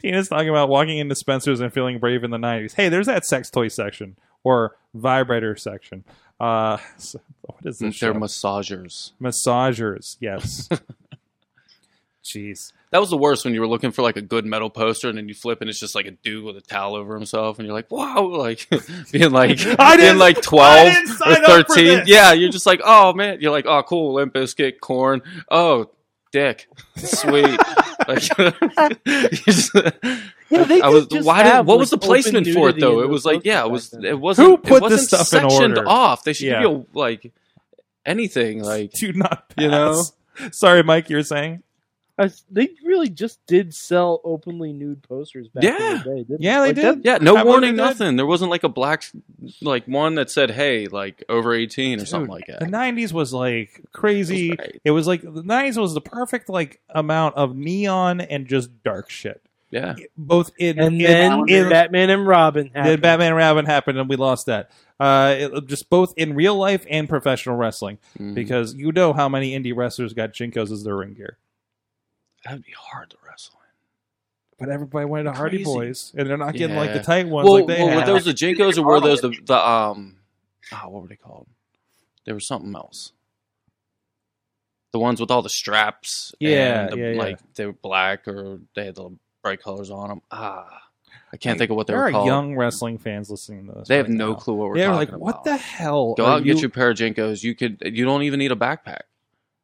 Tina's talking about walking into Spencer's and feeling brave in the 90s. Hey, there's that sex toy section or vibrator section. Uh, so- what is They're this? Show? massagers. Massagers. *laughs* Yes. Jeez. That was the worst when you were looking for like a good metal poster and then you flip and it's just like a dude with a towel over himself and you're like, wow, *laughs* like being like *laughs* I being didn't- like I twelve didn't or sign up for thirteen. this. Yeah, you're just like, oh man, you're like, oh cool, Limp Bizkit, corn, oh dick, *laughs* sweet. like, *laughs* you just- Yeah, they I did was. just Why did? have, What was the like, placement open for it nudity in though? It those was posters like, yeah, it back was. then. It wasn't. Who put it wasn't this stuff in sectioned order? off? They should Yeah. give you a, like anything. Like Do not pass. You know? Sorry, Mike, you were saying? I s- they really just did sell openly nude posters back Yeah. in the day, didn't Yeah, they Like, did. that- Yeah, no I wonder warning, that- nothing. There wasn't like a black, like one that said, "Hey, like over eighteen or something Dude, like that." The 90s was like crazy. That's right. It was like the 90s was the perfect like amount of neon and just dark shit. Yeah, Both in And in- then in- Batman and Robin happened. Then Batman and Robin happened, and we lost that. Uh, it- just both in real life and professional wrestling, Mhm. because you know how many indie wrestlers got jinkos as their ring gear. that'd be hard to wrestle. But everybody wanted a Hardy Crazy. Boys, and they're not getting like the Yeah. tight ones Well, like they well, were had. those the jinkos or were those the the um? Oh, what were they called? There was something else. The ones with all the straps. Yeah, and the, yeah, yeah. like they were black or they had the bright colors on them. Ah, I can't think of what they there were are called. young wrestling fans listening to this. they have right no now. clue what we're They're talking like, about. what the hell? Go are out and get you- your pair of Jinkos. You could. You don't even need a backpack.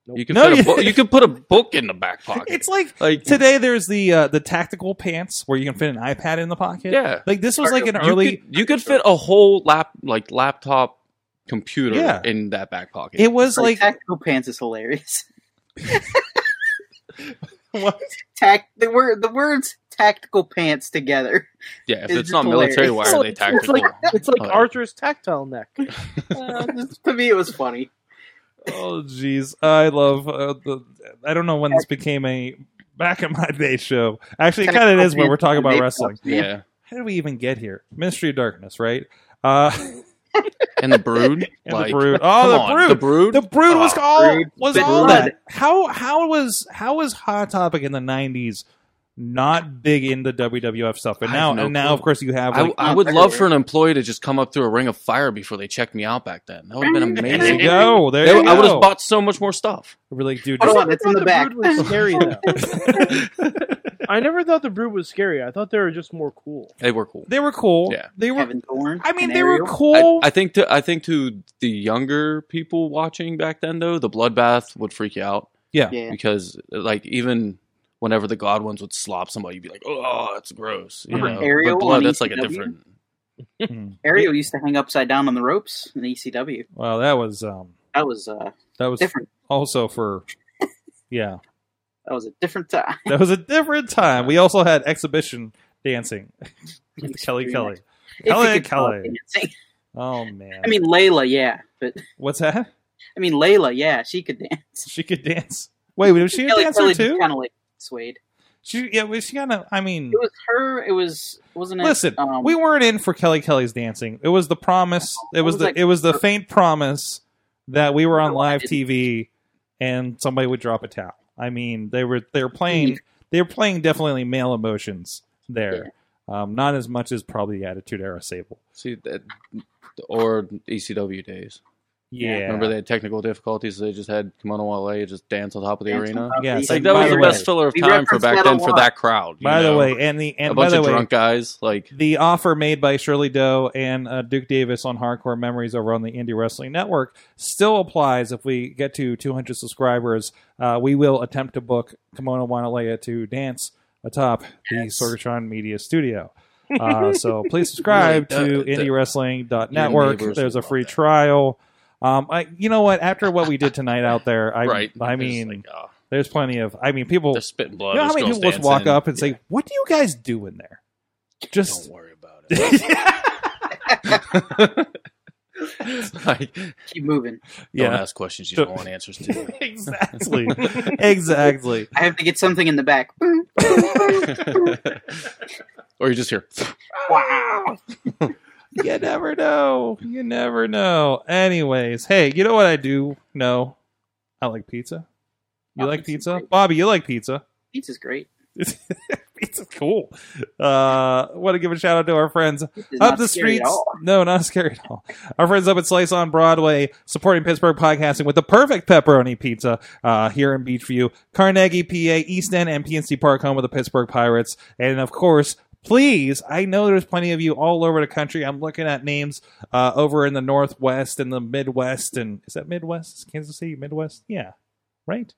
Nope. You can No, put you- a book. You can put a book in the back pocket. *laughs* It's like like today. There's the uh, the tactical pants where you can fit an iPad in the pocket. yeah. Like this was like an You early. could, you could fit a whole lap like laptop computer Yeah. in that back pocket. it was Like, like tactical pants is hilarious. *laughs* What? Tac- the word the words tactical pants together. yeah, if it's it's, not hilarious. military, why are they It's like- tactical? It's like Like- Arthur's tactile neck. *laughs* Uh, *laughs* just- to me, it was funny. Oh jeez, I love. Uh, the, I don't know when this became a back in my day show. Actually, it kind of is when we're talking about wrestling. *laughs* yeah, How did we even get here? Ministry of Darkness, right? Uh, *laughs* and the brood, and like the *laughs* brood. come Oh, the on, brood. the brood, The brood was Oh, all Brood. was The all Brood. that. How how was how was Hot Topic in the nineties not big into WWF stuff? But I now have no and now, clue. of course, you have. I, Like, I would love for an employee to just come up through a ring of fire before they checked me out back then. That would have *laughs* been there amazing. you go. There They- you go. I would have bought so much more stuff. We're like, dude, I Hold just- on, never it's in thought the back. Brood was scary *laughs* though. I never thought the Brood was scary. I thought they were just more cool. They were cool. *laughs* they were cool. Yeah. They were. Kevin Thorne. I mean, and they were Ariel. I, cool. I think to I think to the younger people watching back then though, the bloodbath would freak you out Yeah. because like even whenever the god ones would slop somebody, you'd be like, oh, that's gross. You Remember know, Ariel but blood on E that's like a ECW? different. Ariel used to hang upside down on the ropes in ECW. Well, that was um, That was uh, that was different. also for yeah That was a different time. that was a different time we also had exhibition dancing with *laughs* kelly Pretty kelly much. If you Kelly, could call Kelly. it dancing. oh man I mean, Layla, yeah, but what's that I mean, Layla, yeah, *laughs* she could dance. she could dance wait *laughs* was she a Kelly dancer Kelly too kind of like swayed. she yeah was she kind of i mean It was her. It was wasn't it? listen um, Oh, we weren't in for kelly kelly's dancing it was the promise it It was was the like- it was the faint promise that we were on No, I live didn't. tv and somebody would drop a towel i mean they were they were *laughs* playing they were playing definitely male emotions there um not as much as probably the attitude era sable See that, or ECW days. Yeah. Remember they had technical difficulties, so they just had Kimono LA just dance on top of the dance on arena. top of Yeah, the- it's Like By that was the the way- best filler of We time for referenced back that then a for lot. that crowd. you By the know? way, and the and a by bunch the of way, drunk guys like the offer made by Shirley Doe and uh, Duke Davis on Hardcore Memories over on the Indie Wrestling Network still applies. If we get to 200 subscribers, uh, we will attempt to book Kimono Wanalea to dance atop the Sorgatron Media *laughs* Studio. Uh, so please subscribe Really, to that- that- indiewrestling.network. Your neighbors There's a will free love that. trial. Um, I, you know what? After what we did tonight out there, I, right. I It's mean, like, oh, there's plenty of. I mean, people. they're spitting You blood. know how This many girl's people just walk dancing. up and Yeah. say, "What do you guys do in there?" Just Don't worry about *laughs* it. *laughs* like, keep moving. don't *laughs* yeah, ask questions you Don't- don't want answers to. *laughs* exactly, exactly. I have to get something in the back. or you just hear, wow. you never know. You never know. Anyways, hey, you know what I do know? I like pizza. You Oh, like pizza's pizza? great. Bobby, you like pizza. *laughs* Pizza's great. pizza's cool. Uh want to give a shout out to our friends It is up not the scary at streets. all. No, not scary at all. Our friends up at Slice on Broadway supporting Pittsburgh podcasting with the perfect pepperoni pizza uh, here in Beachview, Carnegie, PA, East End, and PNC Park, home of the Pittsburgh Pirates, and of course. Please, I know there's plenty of you all over the country. I'm looking at names uh, over in the Northwest and the Midwest, and is that Midwest? Is Kansas City Midwest? Yeah, right.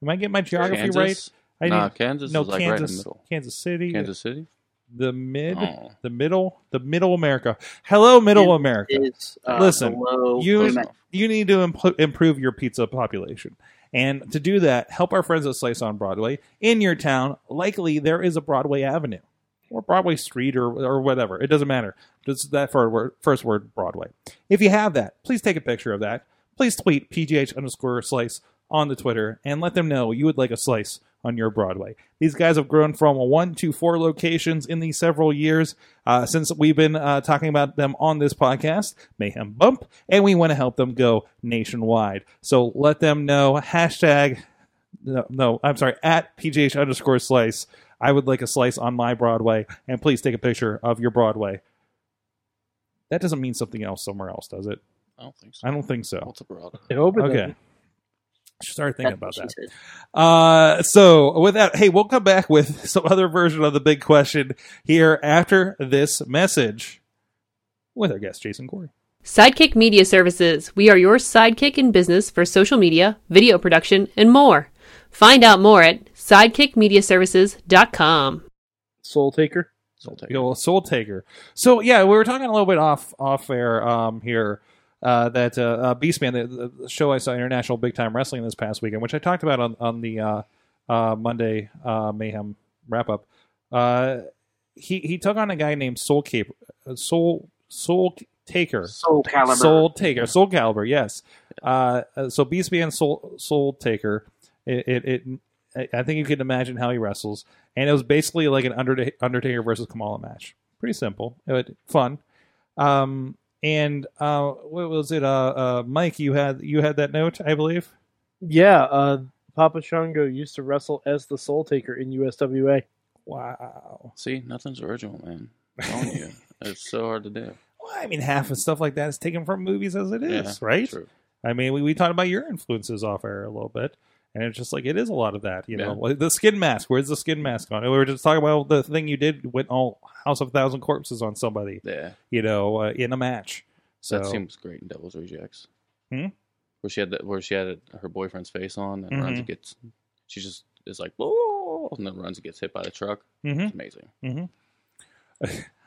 Am I getting my geography Kansas? right? I nah, need- Kansas no, is like right in the Kansas, middle. Kansas City, Kansas City? the mid, Oh. the middle, the middle America. Hello, middle It America. It's, uh, Listen, below you- the Close ma- enough. you need to imp- improve your pizza population. And to do that, help our friends at Slice on Broadway in your town. Likely there is a Broadway Avenue or Broadway Street or, or whatever. It doesn't matter. Just that first word, first word, Broadway. If you have that, please take a picture of that. Please tweet PGH underscore slice on the Twitter and let them know you would like a slice on your Broadway. These guys have grown from one to four locations in these several years uh, since we've been uh, talking about them on this podcast, Mayhem Bump, and we want to help them go nationwide. So let them know hashtag no, no I'm sorry at pgh underscore slice. I would like a slice on my Broadway, and please take a picture of your Broadway. That doesn't mean something else somewhere else, does it? I don't think so. I don't think so. What's abroad? I hope it Okay. doesn't. Should start that's thinking about what she that. said. Uh, so with that, hey, we'll come back with *laughs* some other version of the big question here after this message with our guest Jason Corey. Sidekick Media Services. We are your sidekick in business for social media, video production, and more. Find out more at sidekickmediaservices.com. Soul Taker. Soul Taker. You know, Soul Taker. So yeah, we were talking a little bit off off air um, here uh, that uh, uh, Beastman, the, the show I saw International Big Time Wrestling this past weekend, which I talked about on on the uh, uh, Monday uh, Mayhem wrap up. Uh, he he took on a guy named Soul Cape, Soul Soul Taker. Soul Calibur. Soul Taker, Soul Caliber, yes. Uh, uh, so Beastman Soul Soul Taker, it, it, it I- I think you can imagine how he wrestles, and it was basically like an Undert- Undertaker versus Kamala match. Pretty simple, it was fun. Um, and uh, what was it? Uh, uh, Mike, you had you had that note, I believe. Yeah, uh, Papa Shango used to wrestle as the Soul Taker in USWA. *laughs* Wow. See, nothing's original, man. I'm telling *laughs* you. It's so hard to do. Well, I mean, half of stuff like that is taken from movies as it is, Yeah, right? True. I mean, we, we talked about your influences off air a little bit, and it's just like it is a lot of that. You know, Yeah. Like, the skin mask. Where's the skin mask on? And we were just talking about the thing you did went all House of a Thousand Corpses on somebody. Yeah. You know, uh, in a match. So That scene was great in Devil's Rejects. Hmm? Where she had that, where she had her boyfriend's face on, and runs Mhm. and gets, she just is like, "Whoa," and then runs and gets hit by the truck. Mhm. It's amazing. *laughs*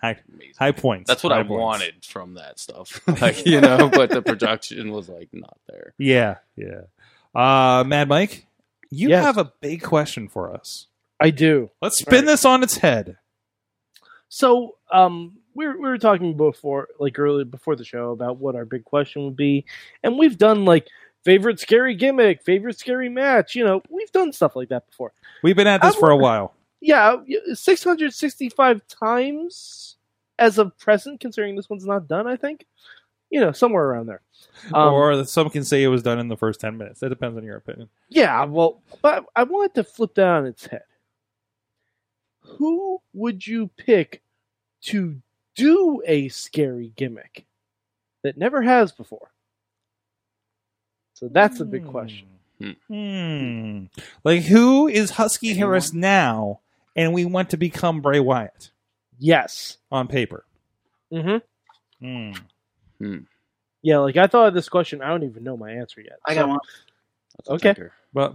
high Amazing. high points. That's what I High points. wanted from that stuff, *laughs* like you know. But the production was like not there. Yeah, yeah. Uh, Mad Mike, you Yes. have a big question for us. I do. Let's spin Right. this on its head. So, um, we were, we were talking before, like earlier before the show, about what our big question would be, and we've done like favorite scary gimmick, favorite scary match. You know, we've done stuff like that before. We've been at this I for a wa- while. Yeah, six hundred sixty-five times as of present, considering this one's not done. I think, you know, somewhere around there. Um, or some can say it was done in the first 10 minutes. That depends on your opinion. Yeah, well, but I wanted to flip that on its head. Who would you pick to do a scary gimmick that never has before? So that's a big question. Hmm. Hmm. Like, who is Husky Anyone? Harris now, and we want to become Bray Wyatt Yes. on paper? Mm-hmm. Hmm. Yeah, like I thought of this question, I don't even know my answer yet. I got one. That's a Okay. Taker. But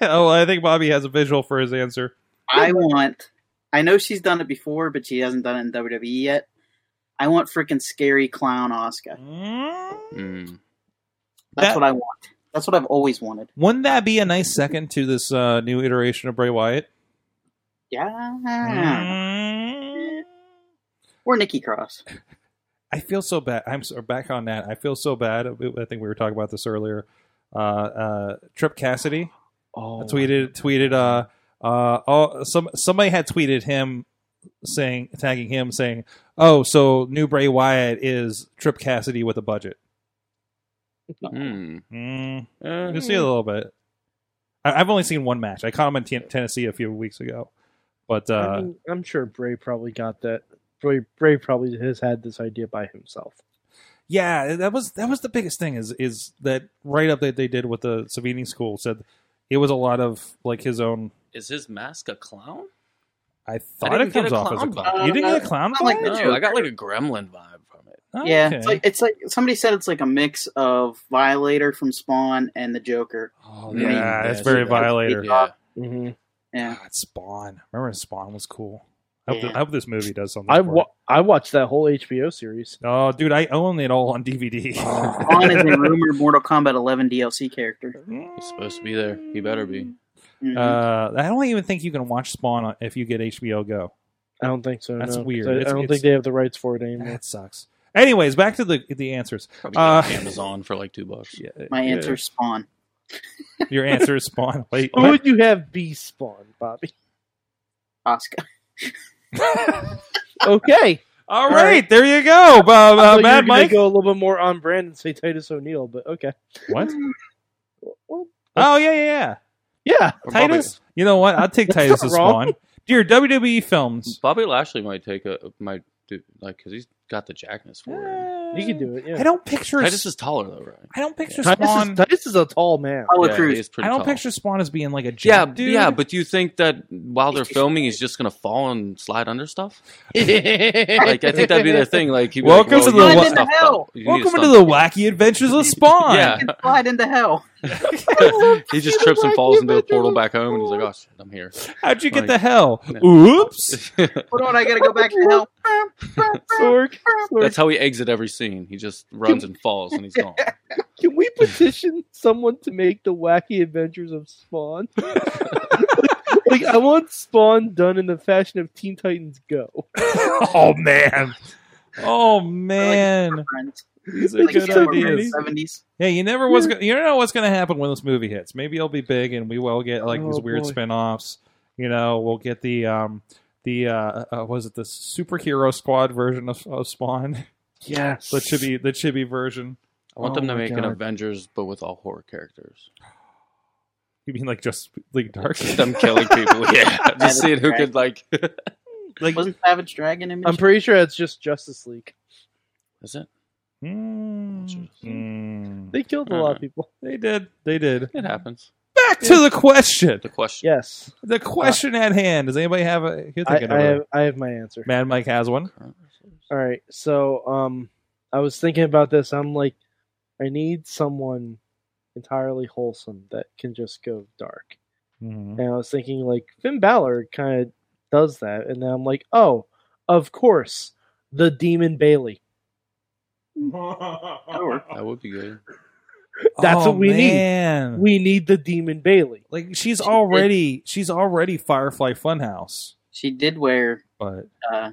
*laughs* oh, I think Bobby has a visual for his answer. I want. I know she's done it before, but she hasn't done it in WWE yet. I want freaking scary clown Oscar. Hmm? Mm. That's That- what I want. That's what I've always wanted. Wouldn't that be a nice second to this uh, new iteration of Bray Wyatt? Yeah. Mm. Hmm. Or Nikki Cross. I feel so bad. I'm so, back on that. I feel so bad. I think we were talking about this earlier. Uh, uh, Trip Cassidy. Oh, tweeted tweeted uh uh oh some somebody had tweeted him saying tagging him saying, "Oh, so new Bray Wyatt is Trip Cassidy with a budget." Hmm. Mm, Uh, you see it a little bit. I, I've only seen one match. I caught him in T- Tennessee a few weeks ago, but uh, I mean, I'm sure Bray probably got that. Bray, Bray probably has had this idea by himself. yeah, that was that was the biggest thing is is that write up that they did with the Savini School said it was a lot of like his own. is his mask a clown? I I thought didn't it comes get a off as a clown clown. vibe. you didn't get a clown I like vibe? the No, Joker. I got like a gremlin vibe from it. Oh, Yeah, okay. it's like it's like somebody said it's like a mix of Violator from Spawn and the Joker. Oh, Yeah, yeah, it's yeah, very so- violator. Yeah. Mm-hmm. Yeah, God, Spawn. Remember when Spawn was cool? I hope, Yeah. th- I hope this movie does something. I for wa- I watched that whole HBO series. it. Oh, dude, I own it all on DVD. Oh, *laughs* Spawn is a rumored Mortal Kombat 11 DLC character. He's supposed to be there. He better be. Mhm. Uh, I don't even think you can watch Spawn on- if you get HBO Go. I don't think so. That's no, 'cause weird. I, I It's- don't it's- think they have the rights for it anymore. That sucks. Anyways, back to the the *laughs* answers. Probably got Uh, it on Amazon for like two bucks. Yeah, My yeah. answer is Spawn. Your answer is Spawn. Wait, Who what? would Oh, you have be Spawn, Bobby? *laughs* Oscar. Okay, All right, there you go, Bob. I thought Uh, you were Mad gonna Mike. go a little bit more on brand and say Titus O'Neil, but okay. What? Well, Oh yeah, yeah, yeah. yeah, Or Bobby- Titus. You know what? I'll *laughs* take That's Titus not as wrong. Spawn. Dear WWE films. Bobby Lashley might take a might do like because he's got the jackness for it. you can do it. Yeah. I don't picture. Titus is taller though, right? I don't picture Titus, Spawn. is, Titus is a tall man. Apollo yeah, Crews. he's pretty I don't tall. picture Spawn as being like a Yeah, jack dude. yeah, but do you think that while they're filming, he's just gonna fall and slide under *laughs* stuff? Like I think that'd be their thing. Like he'd be Welcome to like, well, the you wa- need a stunt hell. double. You need a welcome stunt to the *laughs* wacky adventures of double. *laughs* Spawn. Slide into hell. Yeah, he just trips and falls into a portal back home, and he's like, "Oh shit, I'm here." *laughs* How'd you get Like- the hell? Yeah. *laughs* Oops. Hold on, I gotta go back to *laughs* hell. *laughs* Sorg, That's Sorg, how he exits every scene. He just runs and falls, and he's gone. can we petition someone to make the wacky adventures *laughs* of Spawn? like, I want Spawn done in the fashion of Teen Titans Go. *laughs* oh man. Oh man. Friends. These *laughs* are Like good Gilmore from the ideas. 70s. Yeah, you never was. You don't know what's going to happen when this movie hits. Maybe it'll be big, and we will get like these Oh, weird boy. spin-offs. You know, we'll get the um the uh, uh was it the superhero squad version of, of Spawn, *laughs* Yes. the chibi the chibi version. I want Oh them to my make an God. Avengers, but with all horror characters. You mean like just like dark? Them killing *laughs* people. *laughs* Yeah, just seeing who could like. *laughs* like, Wasn't Savage Dragon in I'm pretty sure it's just Justice League. Is it? Mm, mm. They killed a lot of people. they did, they did. It happens. Back to the question. The question. Yes. The question at hand. Does anybody have a? You're Uh, I, thinking I of have, it. I have my answer. Mad Mike has one. All right. So, um, I was thinking about this. I'm like, I need someone entirely wholesome that can just go dark. Mhm. And I was thinking, like, Finn Balor kind of does that. And then I'm like, oh, of course, the Demon Bailey. That would be good. That's Oh, what we need. man. We need the Demon Bailey. Like she's already she's already Firefly Funhouse, She did *laughs* wear but uh,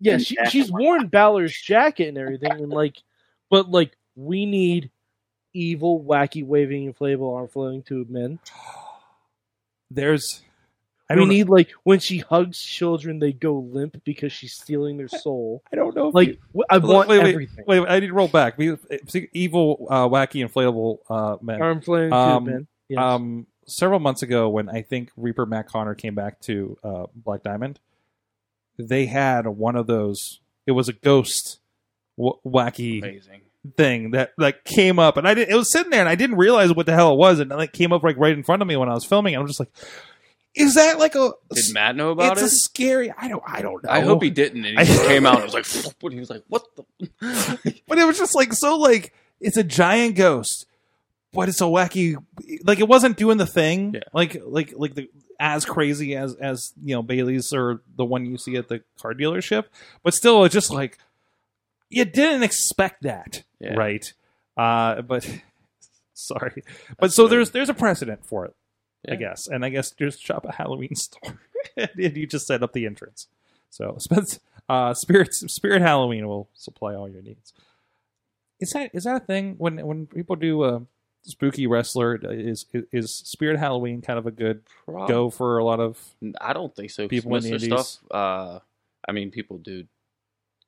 Yeah, And she, jacket. she's worn Balor's jacket and everything, and like, but like, we need evil, wacky, waving, inflatable arm flailing tube men. there's I we don't know, need like when she hugs children, they go limp because she's stealing their soul. I don't know if Like, you- w- I Wait, want wait, wait, everything. wait, I need to roll back. We, see, evil, uh, wacky, inflatable uh, men. Arm flailing Um, tube men. Yes. Um, several months ago, when I think Reaper Matt Connor came back to uh, Black Diamond, they had one of those. It was a ghost w- wacky Amazing. thing that like came up and I didn't it was sitting there and I didn't realize what the hell it was and it like came up like right in front of me when I was filming and I'm just like is that like a Did Matt know about it's a it? scary I don't I don't know I hope he *laughs* didn't. And he just came out and was like, *laughs* what? He was like, what the? *laughs* but it was just like so like it's a giant ghost but it's a wacky like it wasn't doing the thing Yeah. like like like the as crazy as as you know Bailey's or the one you see at the car dealership but still it's just like you didn't expect that Yeah. right uh but *laughs* sorry but so good. there's there's a precedent for it I Yeah. guess and I guess just shop a Halloween store *laughs* and you just set up the entrance so *laughs* Spence uh spirit spirit Halloween will supply all your needs is that is that a thing when when people do a spooky wrestler uh, is is, is Spirit Halloween kind of a good Prob- go for a lot of I don't think so. 'cause People most in of the their indies. stuff, uh, I mean, people do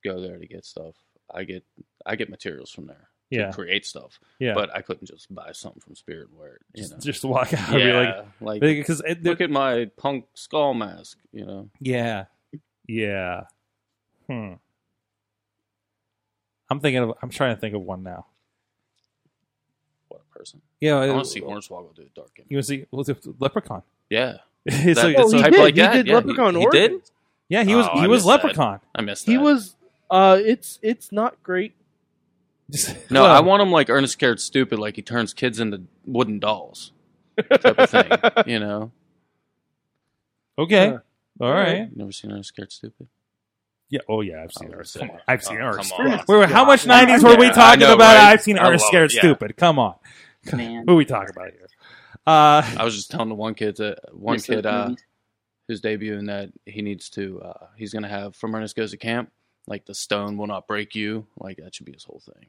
go there to get stuff. I get I get materials from there to Yeah. create stuff. Yeah. But I couldn't just buy something from Spirit and wear it. You just, *laughs* know? just walk out and be like, yeah, like, because it, look at my punk skull mask. You know, yeah, yeah. Hmm. I'm thinking of. I'm trying to think of one now. what a person. Yeah, I it- want to see Hornswoggle do a dark image. You want to see what's it, Leprechaun? *laughs* Yeah, It's That- like- Well, it's he like- type like Oh, he that, did yeah, he- Leprechaun he did? Origins. yeah, he was Oh, he I was missed that. Leprechaun. I missed that. He was. Uh, it's it's not great. no. Well, I want him like Ernest Scared Stupid, like he turns kids into wooden dolls, type of thing. *laughs* you know, Okay, Yeah. all right. never seen Ernest Scared Stupid. Yeah. Oh yeah, I've seen Oh, Ernest. sick. Come on, I've seen Oh, Ernest. come on. Wait, wait, how much '90s were we Yeah, I talking know, about? right? I've seen I Ernest love Scared it, yeah. Stupid. Come on, Man. who are we talking about here? Uh, I was just telling the one kid that one Miss those kid uh, movies. who's debuting that he needs to uh, he's gonna have from Ernest Goes to Camp like the stone will not break you like that should be his whole thing.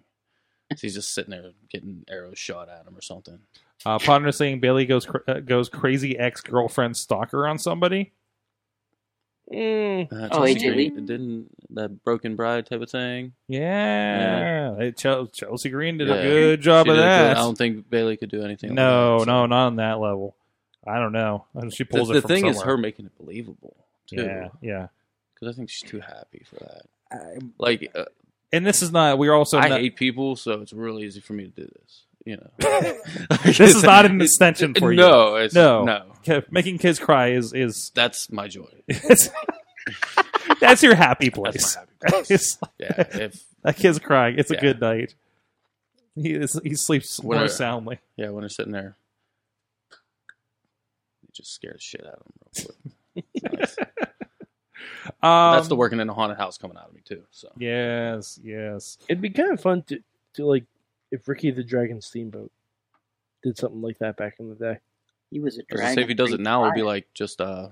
So he's just sitting there getting arrows shot at him or something. uh, partner saying Bailey goes cr- uh, goes crazy ex girlfriend stalker on somebody. Mm, Uh, Oh, Chelsea AJ Green- didn't that broken bride type of thing? Yeah, Hey, Chel- Chelsea Green did a Yeah. good job She of did a good- that. I don't think Bailey could do anything. no, like that, so- no, not on that level. I don't know. She The, pulls the it. from thing is somewhere. her making it believable too, Yeah, because yeah. I think she's too happy for that. Like uh, And this is not. We're also. I not, hate people, so it's really easy for me to do this. You know, *laughs* *laughs* This is not an extension for you. No, it's, No. no, no. K- making kids cry is is That's my joy. it's- *laughs* that's your happy That's place. *laughs* my happy place. It's like, yeah, *laughs* if that kid's crying. It's a Yeah. good night. He is, he sleeps more Whatever. soundly. yeah, when they're sitting there, you just scare the shit out of them. Real quick. Nice. *laughs* Um, That's the working in a haunted house coming out of me too. So Yes, yes. it'd be kind of fun to, to like if Ricky the Dragon Steamboat did something like that back in the day. He was a I was gonna dragon. say if he does it freak now, it'll be giant. like just uh,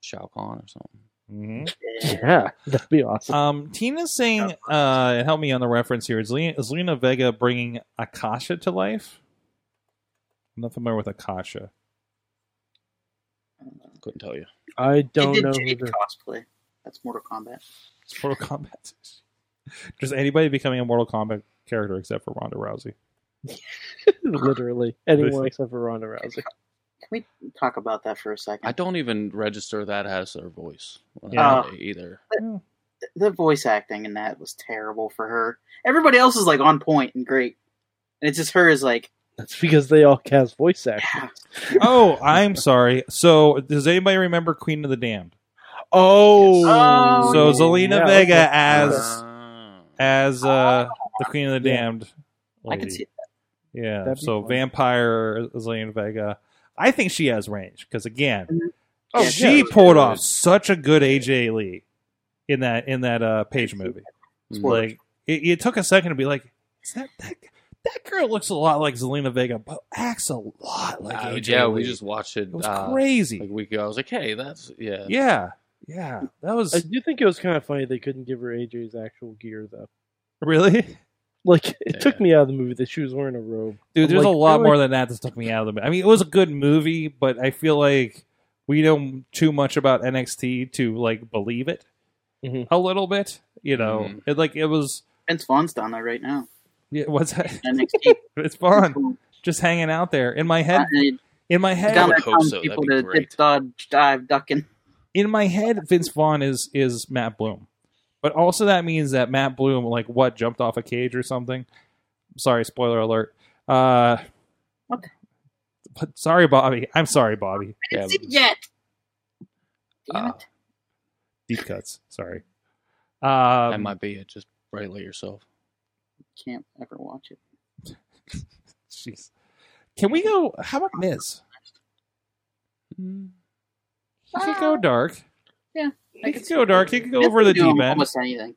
Shao Kahn or something. Mhm. Yeah, that'd be awesome. Um, Tina's saying, uh, and help me on the reference here. Is Lena, is Lena Vega bringing Akasha to life? I'm not familiar with Akasha. Couldn't tell you. I They don't did know. Who Jade the, cosplay. That's Mortal Kombat. It's Mortal Kombat. *laughs* Just anybody becoming a Mortal Kombat character except for Ronda Rousey. *laughs* literally anyone Listen. except for Ronda Rousey. Can we talk about that for a second? I don't even register that as their voice when Yeah. I play either. Th- the voice acting in that was terrible for her. Everybody else is like on point and great, and it's just her is like, That's because they all cast voice actors. yeah, oh, I'm sorry. So, does anybody remember Queen of the Damned? Oh, Oh, so, yeah. Zelina Yeah, Vega okay. as as uh, the Queen of the Yeah. Damned. I can lady. see it. Yeah. That'd be So, fun. vampire Zelina Vega. I think she has range because again, Oh, yeah, she yeah. pulled off such a good AJ Lee in that in that uh, Page movie. Mm. Like it, it took a second to be like, is that that that girl looks a lot like Zelina Vega, but acts a lot like Uh, AJ. yeah, Lee. we just watched it. it was uh, crazy. like a week ago, I was like, "Hey, that's yeah, yeah, yeah, that was I do think it was kind of funny they couldn't give her AJ's actual gear though. really *laughs* Like it took Yeah. me out of the movie that she was wearing a robe. dude. There's Like, a lot really? more than that that took me out of the. I mean, it was a good movie, but I feel like we know too much about NXT to like believe it Mhm. a little bit. You know, Mhm. it like it was. Vince Vaughn's down there right *laughs* now. Yeah, what's that? *laughs* NXT. It's fun. just hanging out there in my head. In my He's uh, head, down there would hope telling so. people That'd be to great. dip, dodge, dive, ducking. in my head, Vince Vaughn is is Matt Bloom, but also that means that Matt Bloom, like what, jumped off a cage or something. Sorry, spoiler alert. Uh, What the- But sorry, Bobby. I'm sorry, Bobby. yeah, See it yet? Damn uh, it. Deep cuts. Sorry. Um, that might be it. Just regulate yourself." Can't ever watch it. Jeez. Can we go? How about Miz? Mm-hmm. He could Uh, go dark. Yeah, He could go dark. He could go over the Do deep end. Almost anything.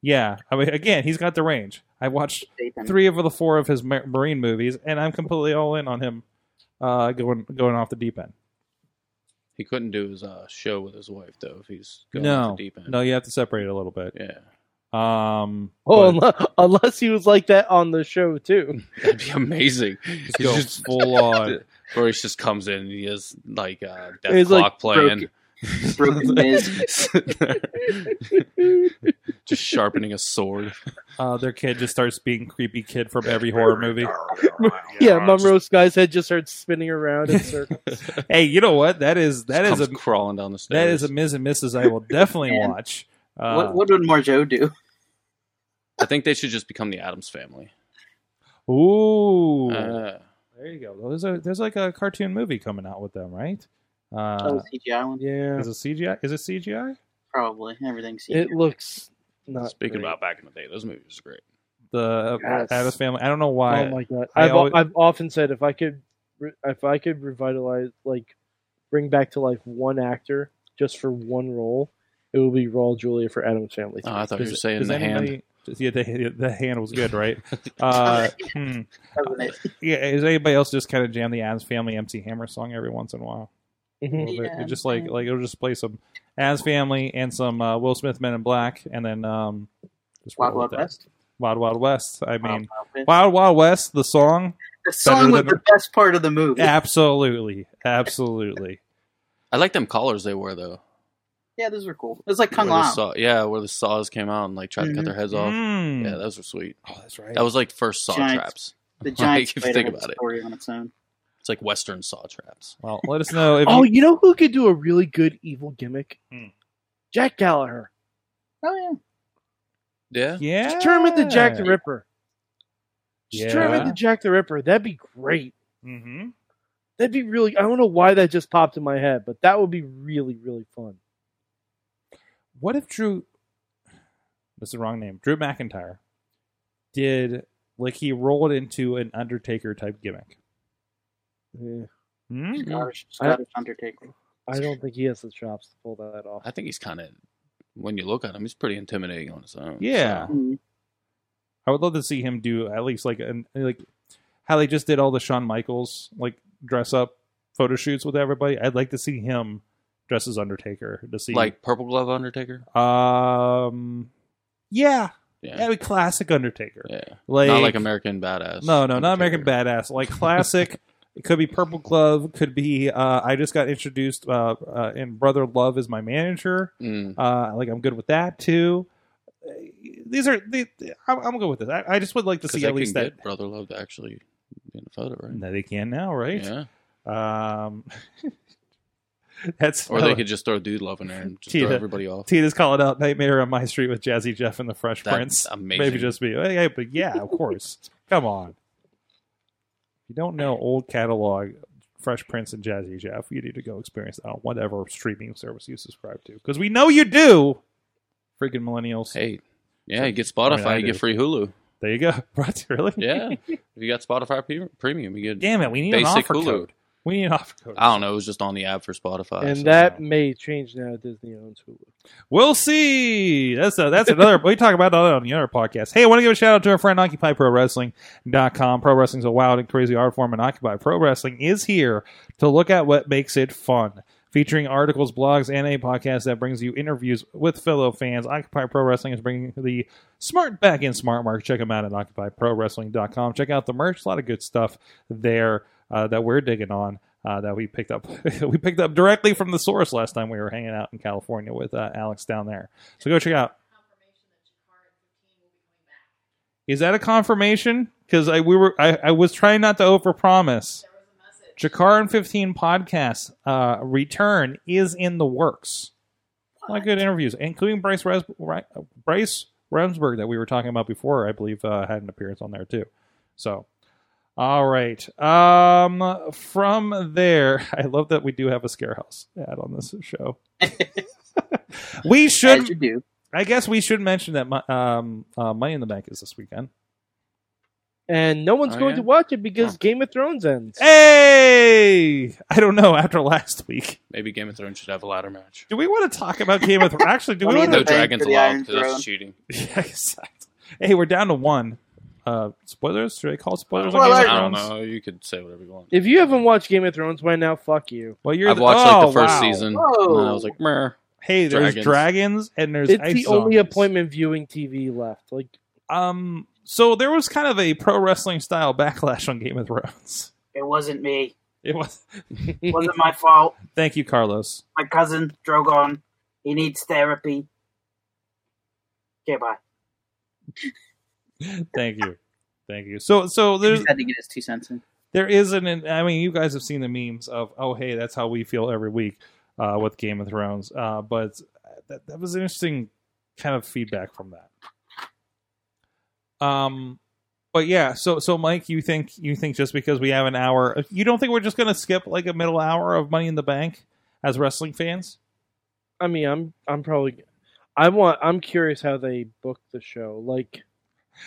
Yeah. I mean, again, he's got the range. I watched Nathan. three of the four of his Mar- Marine movies, and I'm completely all in on him uh, going going off the deep end. He couldn't do his uh, show with his wife though. If he's going No, off the deep end. no, you have to separate it a little bit. yeah, Um, Oh, but unless, unless he was like that on the show too. that'd *laughs* be amazing. just He's go just *laughs* full on. Bruce just comes in and he has like uh, death He's, like, clock playing. broken. *laughs* Broken Miz. Sit there, just sharpening a sword. Uh, their kid just starts being creepy kid from every horror movie. *laughs* Yeah, Monroe Sky's head just starts spinning around *laughs* in circles. hey, you know what? That is that Just is a comes crawling down the stairs. that is a Ms. and Mrs. I will definitely Man. watch. Uh, what, what would Marjo do? I think they should just become the Adams family. Ooh, Uh, there you go. There's a there's like a cartoon movie coming out with them, right? Uh, oh, CGI one? Yeah, Is it CGI? Is it CGI? Probably. Everything's CGI. it looks not. speaking great. about back in the day, those movies are great. The uh, Yes. Addams Family. I don't know Oh why. my god! I I've al- always- I've often said if I could, re- if I could revitalize, like, bring back to life one actor just for one role, it would be Raul Julia for Adam's Family. Oh, I thought you were Does- saying does the hand. anybody- *laughs* does- Yeah, the, the hand was good, *laughs* right? uh, hmm. Doesn't it? Yeah, is anybody else just kind of jam the Adams Family "Empty Hammer" song every once in a while? A Mhm. little bit. Mm-hmm. Yeah. It just like like it'll just play some Adams Family and some uh, Will Smith Men in Black, and then um, just Wild roll with that. Wild West. Wild Wild West. I mean, Wild Wild West. Wild Wild West, the song. the song better was than- the best part of the movie. Absolutely, absolutely. I like them collars they wear though. Yeah, those were cool. It was like Kung where the Lao. saw, yeah, where the saws came out and like tried to cut their heads off. Mm. Yeah, those were sweet. oh, that's right. That was like first saw Giant- traps. *laughs* The giant if you spider think had a about it. story on its own. It's like western saw traps. well, let us know if Oh, you, you know who could do a really good evil gimmick? Hmm. Jack Gallagher. Oh yeah. Yeah, yeah. Just turn him into Jack the Ripper. Just turn him Yeah. into Jack the Ripper. That'd be great. Mm-hmm. That'd be really. I don't know why that just popped in my head, but that would be really, really fun. What if Drew? That's the wrong name. Drew McIntyre did like he rolled into an Undertaker type gimmick. Yeah. Hmm? Scottish, I- Scottish Undertaker. I don't think he has the chops to pull that off. I think he's kind of. When you look at him, he's pretty intimidating on his own. Yeah. so. Mm. I would love to see him do at least like an like how they just did all the Shawn Michaels like dress up photo shoots with everybody. I'd like to see him dress as Undertaker to see like purple glove Undertaker. um yeah, Yeah, yeah, a classic Undertaker. yeah. Like not like American badass. No, no, not Undertaker. American Badass. *laughs* Like classic. it could be Purple Glove. Could be. Uh, I just got introduced. Uh, uh, and Brother Love is my manager. Mm. Uh, like I'm good with that too. Uh, These are. They, I'm, I'm good with this. I, I just would like to 'Cause see they at least can that. get Brother Love to actually be in the photo, right? *laughs* That they can now, right? Yeah. Um, *laughs* that's Or they could just throw Dude Love in there *laughs* and just Tita. throw everybody off. Tina's calling out Nightmare on My Street with Jazzy Jeff and the Fresh That's Prince. amazing. Maybe just me. Hey, hey, but yeah, of *laughs* course. Come on. If you don't know old catalog Fresh Prince and Jazzy Jeff, you need to go experience that on whatever streaming service you subscribe to. Because we know you do. Freaking millennials. Hey, yeah, So- you get I Spotify, mean, I you do. get free Hulu. There you go. *laughs* Right? Really? Yeah, if you got Spotify pre- Premium, you *laughs* get Damn it. We need an basic offer Hulu. code. We need an offer code. I don't know. It was just on the ad for Spotify. and so- that may change now. Disney owns Hulu. We'll see. That's a, that's another. we talk about that on the other podcast. Hey, I want to give a shout out to our friend Occupy Pro Wrestling.com. Pro Wrestling's a wild and crazy art form, and Occupy Pro Wrestling is here to look at what makes it fun. Featuring articles, blogs, and a podcast that brings you interviews with fellow fans, Occupy Pro Wrestling is bringing the smart back in smart mark. Check them out at OccupyProWrestling.com. Check out the merch, a lot of good stuff there uh, that we're digging on uh, that we picked up *laughs* we picked up directly from the source last time we were hanging out in California with uh, Alex down there. So go check out. Is that a confirmation? Because I we were I, I was trying not to overpromise. Jakar and fifteen podcast uh, return is in the works. A lot of good interviews, including Bryce Res- Ri- uh, Bryce Remsburg that we were talking about before. I believe uh, had an appearance on there too. So all right. Um, from there, *laughs* I love that we do have a scarehouse ad on this show. we As you should, do. I guess, we should mention that Mo- um, uh, Money in the Bank is this weekend. And no one's Oh, going yeah? to watch it because Game of Thrones ends. Hey, I don't know. After last week, maybe Game of Thrones should have a ladder match. do we want to talk about Game of Thrones? Actually, do we *laughs* Money in want the No to? Bank dragons for the Iron allowed. 'cause Throne. That's cheating. *laughs* Yeah, exactly. Hey, we're down to one. Uh, spoilers? Should I call spoilers? Well, on I Game of don't Thrones? know. You could say whatever you want. If you haven't watched Game of Thrones by now, fuck you. Well, you're I've the- watched like oh, the first wow. season, Whoa. and I was like, meh. Hey, there's dragons, Dragons. and there's It's ice the only zombies. appointment viewing TV left. Like, Um, so there was kind of a pro wrestling style backlash on Game of Thrones. *laughs* It wasn't me. It was. Wasn't my fault. Thank you, Carlos. My cousin Drogon. He needs therapy. Okay, bye. Thank you. Thank you. So so He there's just had to get his two cents in. there is an, an i mean you guys have seen the memes of oh hey that's how we feel every week uh, with game of thrones uh, but that, that was an interesting kind of feedback from that um but yeah so so mike you think you think just because we have an hour you don't think we're just gonna skip like a middle hour of money in the bank as wrestling fans I mean, I'm I'm probably I want I'm curious how they book the show. Like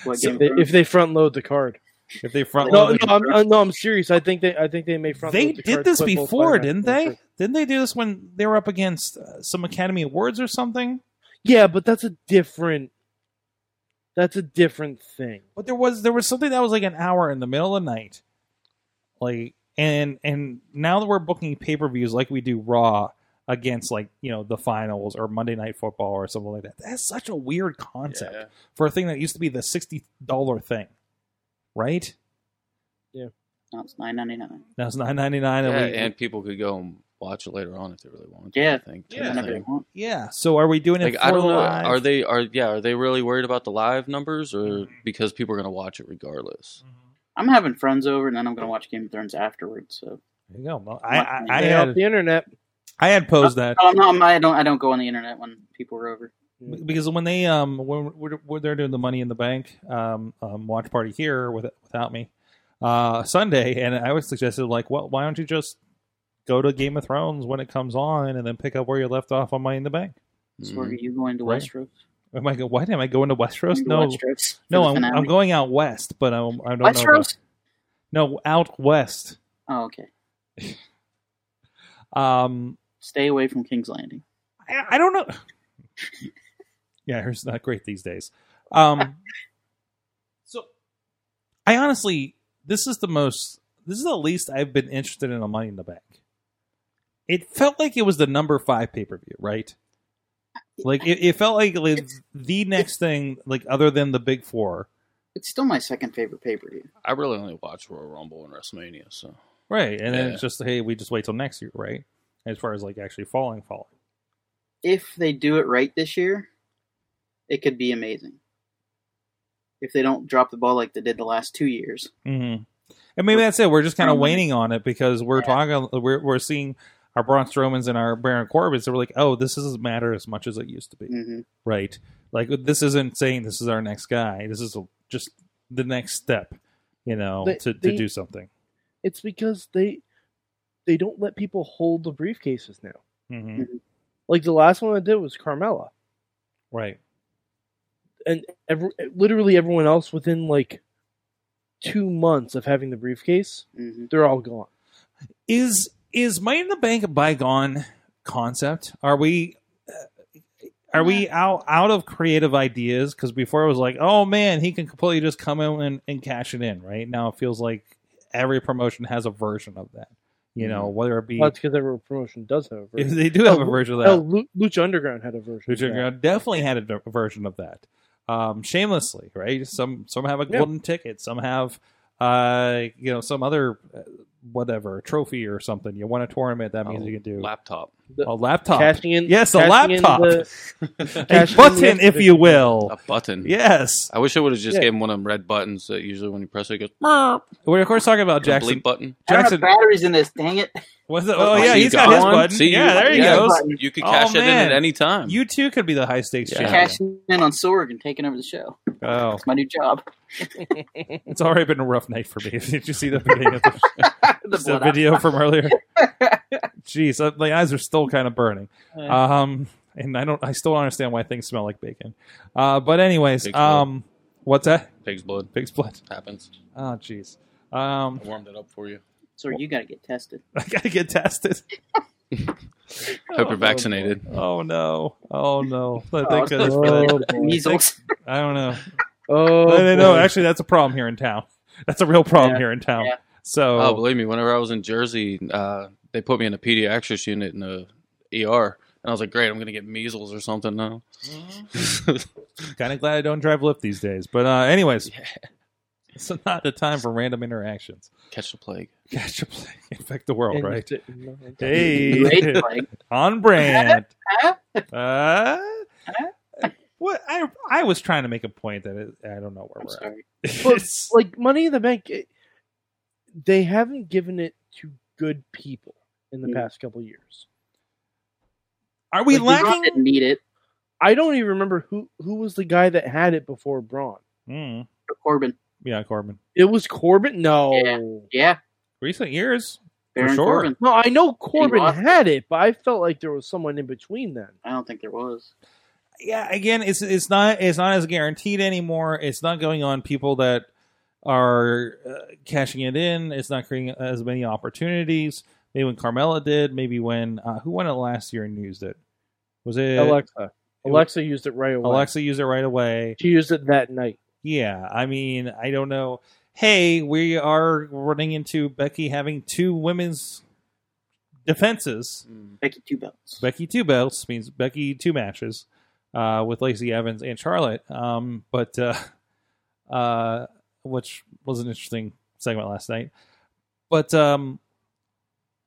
What, if Game they, of if they front load the card. if they front No, load no, the- I'm, uh, no, I'm serious. I think they I think they may front. they load the did card this split both before lineups. didn't they didn't they do this when they were up against uh, some academy awards or something Yeah, but that's a different. That's a different thing. But there was there was something that was like an hour in the middle of the night, like and and now that we're booking pay per views like we do Raw against like you know the finals or Monday Night Football or something like that. That's such a weird concept Yeah. for a thing that used to be the sixty dollar thing, right? No, it's nine ninety nine. Now it's nine ninety nine. Yeah, and we, and people could go and watch it later on if they really wanted. to, Yeah. I think. Yeah. I think. yeah. So are we doing it? Like for I don't the know. live? Are they are yeah? Are they really worried about the live numbers or because people are going to watch it regardless? I'm having friends over, and then I'm going to watch Game of Thrones afterwards. So There you go. Well, I, I, I They off had the internet. I had posed that oh, no, I'm- I don't. I don't go on the internet when people are over. because when they um when, when when they're doing the Money in the Bank um, um watch party here with, without me uh Sunday, and I was suggested like, well, why don't you just go to Game of Thrones when it comes on, and then pick up where you left off on Money in the Bank? So Mhm. are you going to Mm. Right. Westeros? Am I go? Why am I going to Westeros? Going to No, Westeros for no, the I'm, finale? I'm going out west, but I'm, I don't know. about- Westeros. no, out west. Oh, okay. Um, Stay away from King's Landing. I, I don't know. *laughs* yeah, hair's not great these days. Um, *laughs* so, I honestly, this is the most, this is the least I've been interested in a Money in the Bank. It felt like it was the number five pay per view, right? Like it, it felt like like the next thing, like other than the big four, It's still my second favorite pay per view. Hmm. I really only watch Royal Rumble and WrestleMania. So right? And then Yeah. it's just hey, we just wait till next year, right? As far as like actually falling, falling. If they do it right this year, it could be amazing. If they don't drop the ball like they did the last two years, Mm-hmm. And maybe that's it. We're just kind of Um, waning on it because we're talking. We're, we're seeing our Braun Strowman's and our Baron Corbin. So we're like, oh, this doesn't matter as much as it used to be, hmm right? Like this isn't saying this is our next guy. This is a, just the next step, you know, They- to, to they- do something. It's because they they don't let people hold the briefcases now. hmm Like the last one I did was Carmella, Right. and every, literally everyone else within like two months of having the briefcase, hmm they're all gone. Is is Money in the Bank a bygone concept? Are we? uh, Are we out out of creative ideas? Because before it was like, oh man, he can completely just come in and, and cash it in. Right now, it feels like every promotion has a version of that. You know, whether it be Well, Mm-hmm. that's because every promotion does have a *laughs* if version. they do have a Oh, version of that, Hell, Lu- Lucha Underground had a version. of Lucha that. Underground definitely had a d- version of that. Um, shamelessly, right? Some some have a Yeah. golden ticket, some have uh, you know some other uh, whatever trophy or something. You won a tournament, that means Oh, you can do laptop. a laptop, Cashing in, yes, a cashing in laptop, the- a *laughs* cashing in the button, if exhibition. you will. A button. Yes, I wish I would have just Yeah. gave him one of them red buttons that usually when you press it, it goes "Meow." we're of course talking about Like a Oh, Jackson. bleep I button. don't have Jackson, batteries in this. Dang it! what's the, oh Oh, yeah, you he's got got his one. button. See, yeah, you- there he yeah. goes. Button. You could Oh, cash it in man. at any time. You too could be the high stakes Yeah. champion. Cashing in on Sorg and taking over the show. Oh, It's my new job. it's already been a rough night for me. *laughs* Did you see the beginning of the the Just a blood video from earlier. Jeez, uh, my eyes are still kind of burning. Um, and I don't, I still don't understand why things smell like bacon. Uh, but anyways, Pig's um, what's that? Pig's blood Pig's blood. happens. Oh, jeez. Um, *laughs* I warmed it up for you. Sorg, you got to get tested. I gotta get tested. Hope you're vaccinated. Oh no! Oh no! Thank Oh, it's goodness so for that. Oh, boy. Measles. I don't know. Oh, *laughs* no, no, no, boy. Actually, that's a problem here in town. *laughs* That's a real problem Yeah, here in town. yeah. So, Oh, believe me, whenever I was in Jersey, uh, they put me in a pediatrics unit in the ER, and I was like, "Great, I'm gonna get measles or something now." Mm-hmm. kind of glad I don't drive Lyft these days. But uh, anyways, *laughs* So not the time for random interactions. *laughs* *laughs* Catch the plague. Catch a play, *laughs* infect the world, And- right? no, Hey, *laughs* *laughs* Right? Like, on brand. *laughs* huh? Uh, what I I was trying to make a point that it, I don't know where I'm we're sorry. at. Well, It's- like Money in the Bank, it, they haven't given it to good people in Hmm. the Mm. past couple years. *laughs* are we Like, Braun didn't lacking? need it. I don't even remember who who was the guy that had it before Braun. Mm, Corbin. yeah, Corbin. It was Corbin. No, Yeah. Yeah. Recent years, Baron sure. Corbin. no, I know Corbin lost had it, but I felt like there was someone in between then. I don't think there was. yeah again it's it's not it's not as guaranteed anymore it's not going on people that are uh, cashing it in it's not creating as many opportunities maybe when carmela did maybe when uh, who won it last year and used it was it Alexa, Alexa used it right away. alexa used it right away she used it that night. yeah i mean i don't know hey we are running into becky having two women's defenses Becky two belts. Becky two belts means Becky two matches uh, with Lacey Evans and Charlotte. Um, but uh, uh, which was an interesting segment last night. But um,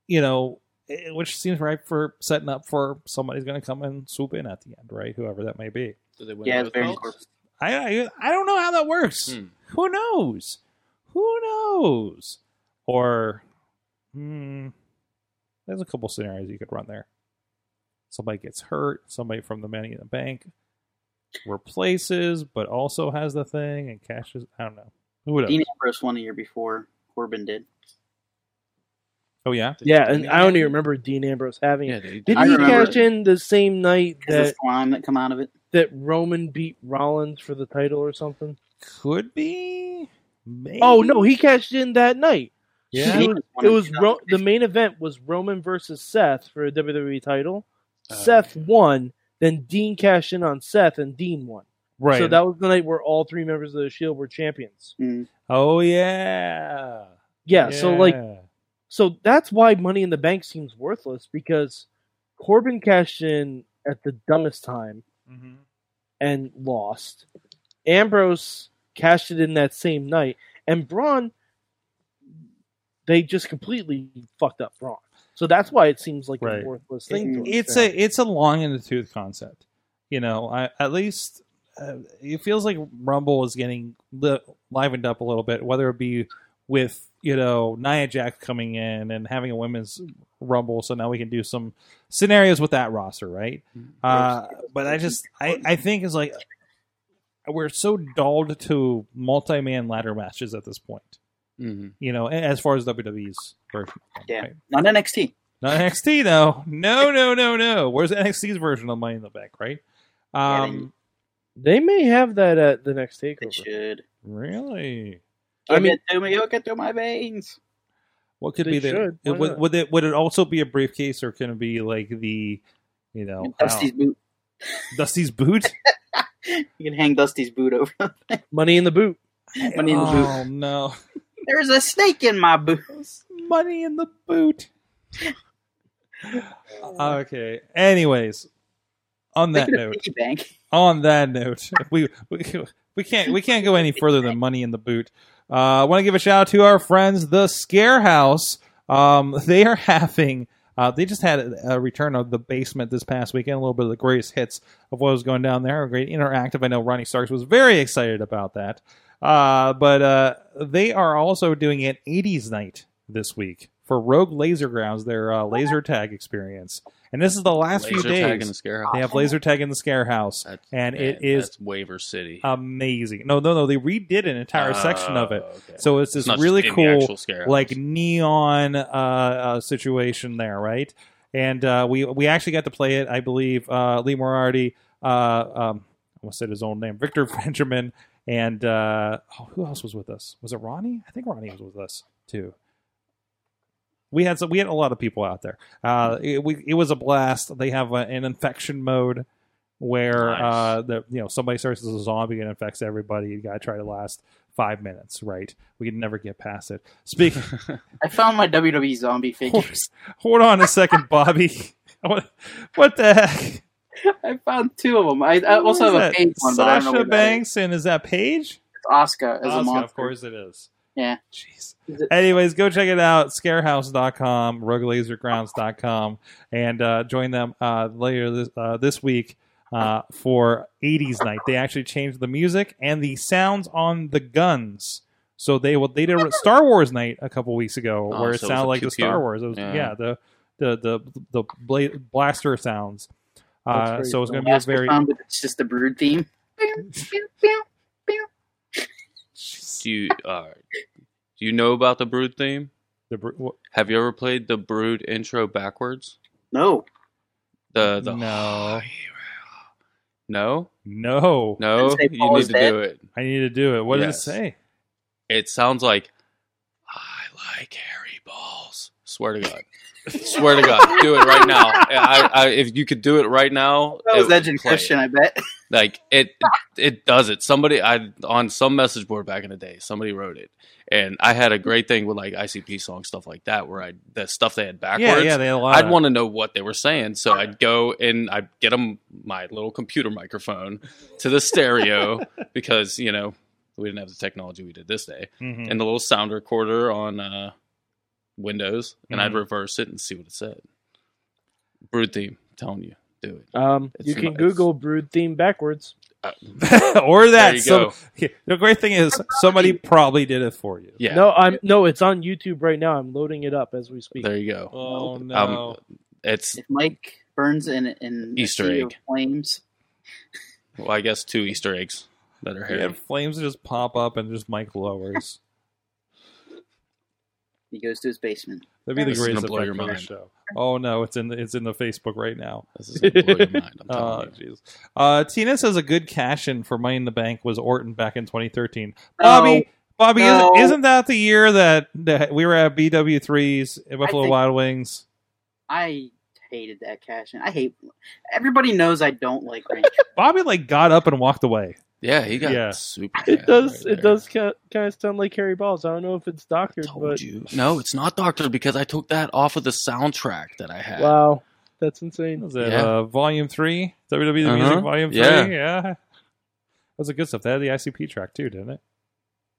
you know, eh, which seems right for setting up for somebody's going to come and swoop in at the end, right? Whoever that may be. Did they win Yeah, both it's Baron belts? Corbin. I I, I don't know how that works. Hmm. Who knows? Who knows? Or hmm, there's a couple scenarios you could run there. Somebody gets hurt. Somebody from the Money in the Bank replaces, but also has the thing and cashes. I don't know. Who knows? Dean Ambrose won a year before Corbin did. Oh yeah, Did yeah, they and win I don't that? even remember Dean Ambrose having Yeah, it. they did. Didn't I he remember cash in the same night Because that the slime that come out of it. that Roman beat Rollins for the title or something? could be. Maybe. Oh no, he cashed in that night. yeah. It was, it was Ro- the main event was Roman versus Seth for a WWE title. Oh, Seth yeah. won, then Dean cashed in on Seth, and Dean won. right. So that was the night where all three members of the Shield were champions. oh yeah. Yeah, So like, Yeah. so that's why Money in the Bank seems worthless because Corbin cashed in at the dumbest time Mm-hmm. and lost. Ambrose cashed it in that same night, and Braun, they just completely fucked up Braun. So that's why it seems like Right. a worthless thing. Mm, to us it's now. a it's a long in the tooth concept you know I, at least uh, it feels like rumble is getting li- livened up a little bit whether it be with you know nia jack coming in and having a women's rumble so now we can do some scenarios with that roster right uh, but i just I, I think it's like we're so dulled to multi-man ladder matches at this point Mhm. you know as far as wwe's version of them, Yeah. right? Not NXT. *laughs* Not NXT though. No, no, no, no. Where's NXT's version of Money in the Bank, right? Um, They may have that at the next They takeover. should. really? I Give mean- it to me. Look it through my veins. What could They be the? should. Why would, not? would it would it also be a briefcase, or can it be like the, you know, Oh, I don't- *laughs* Dusty's boot. Dusty's boot? You can hang Dusty's boot over. Money in the boot. *laughs* Money in the boot. Oh no! There's a snake in my boot. Money in the *laughs* boot. okay. Anyways, on that Look at a note, piggy bank. on that note, *laughs* we, we we can't we can't go any further than money in the boot. Uh, I want to give a shout out to our friends, the Scare House. Um, *laughs* they are having uh, they just had a, a return of the basement this past weekend. A little bit of the greatest hits of what was going down there. A great interactive. I know Ronnie Starks was very excited about that. Uh, but uh, they are also doing an '80s night this week for Rogue Laser Grounds, their uh, laser tag experience. And this is the last few Laser days. tag in the scare house. They have laser tag in the scare house, That's- and it man, is that's Waver City. amazing. No, no, no. They redid an entire section of it, so it's this Uh, Oh, not just really in the cool, actual scare house. like neon uh, uh, situation there, right? And uh, we we actually got to play it. I believe uh, Lee Moriarty, uh, um, I almost said his own name, Victor *laughs* Benjamin, and uh, oh, who else was with us? Was it Ronnie? I think Ronnie was with us too. We had some, we had a lot of people out there. Mm-hmm. Uh, it, we, it was a blast. They have a, an infection mode where Nice. uh, the you know somebody starts as a zombie and infects everybody. You got to try to last five minutes, right? We could never get past it. *laughs* Speaking, I found my WWE zombie figure. hold, *laughs* hold on a second, Bobby. *laughs* what, what the heck? *laughs* I found two of them. I, What I Uh, also is have a that? page one, but I don't know Sasha where that is. Banks and is that Paige? It's Oscar as a Asuka, monster. of course it is. Yeah. Jeez. Is it- Anyways, go check it out. Scarehouse.com, ruglasergrounds.com, and uh, join them uh, later this, uh, this week uh, for 80s night. They actually changed the music and the sounds on the guns. So they will. They did a Star Wars night a couple weeks ago, Oh, where it so it was sounded a like pew the Star pew. Wars. It was, yeah. Yeah. the the the the bla- blaster sounds. That's Uh, very so it's going to be a Oscar very song, but it's just the brood theme. Do you, all right. do you know about the Brood theme? the, br- Have you ever played the Brood intro backwards? No. Oh, The the No. no no. no. Didn't say You Paul need is to dead? do it. I need to do it. What Yes. does it say? It sounds like I like hairy balls. Swear *laughs* to God. Swear to God, do it right now. I, I, if you could do it right now, That it was would Legend play. Christian, I bet. Like it, it does it. Somebody I on some message board back in the day, somebody wrote it, and I had a great thing with like ICP song stuff like that, where I the stuff they had backwards. Yeah, yeah, they had a lot. I'd of- want to know what they were saying, so I'd go and I'd get 'em my little computer microphone to *laughs* the stereo because you know we didn't have the technology we did this day, Mhm. and the little sound recorder on uh, Windows, and I'd Mhm. reverse it and see what it said. Brood theme, telling you, do it. Um, It's you can nice. Google brood theme backwards. Mm-hmm. *laughs* or There that. you Some- go. *laughs* the great thing is somebody probably did it for you. Yeah, No, I'm no. It's on YouTube right now. I'm loading it up as we speak. there you go. Oh no. Um, it's If Mike burns in in a Easter sea of egg. flames. well, I guess two Easter eggs that are yeah, here. flames just pop up and just Mike lowers. He goes to his basement. That'd be This the is greatest gonna blow effect your for the mind. show. Oh no, it's in the, it's in the Facebook right now. This is gonna blow your mind. I'm Oh telling you. jeez. Uh, Tina says a good cash in for Money in the Bank was Orton back in 2013. No. Bobby, Bobby, No. isn't, isn't that the year that, that we were at BW3's at Buffalo think- Wild Wings? I hated that cash in. I hate everybody knows I don't like ranch. Bobby like got up and walked away. Yeah, he got Yeah. super. It mad does. right It there. does kind of sound like Harry Balls. I don't know if it's I doctored, told but you. No, it's not Doctor because I took that off of the soundtrack that I had. wow, that's insane. Was it Yeah. uh, Volume Three? WWE the Music Uh-huh. Volume Three. Yeah. yeah. That was a good stuff. They had the ICP track too, didn't it?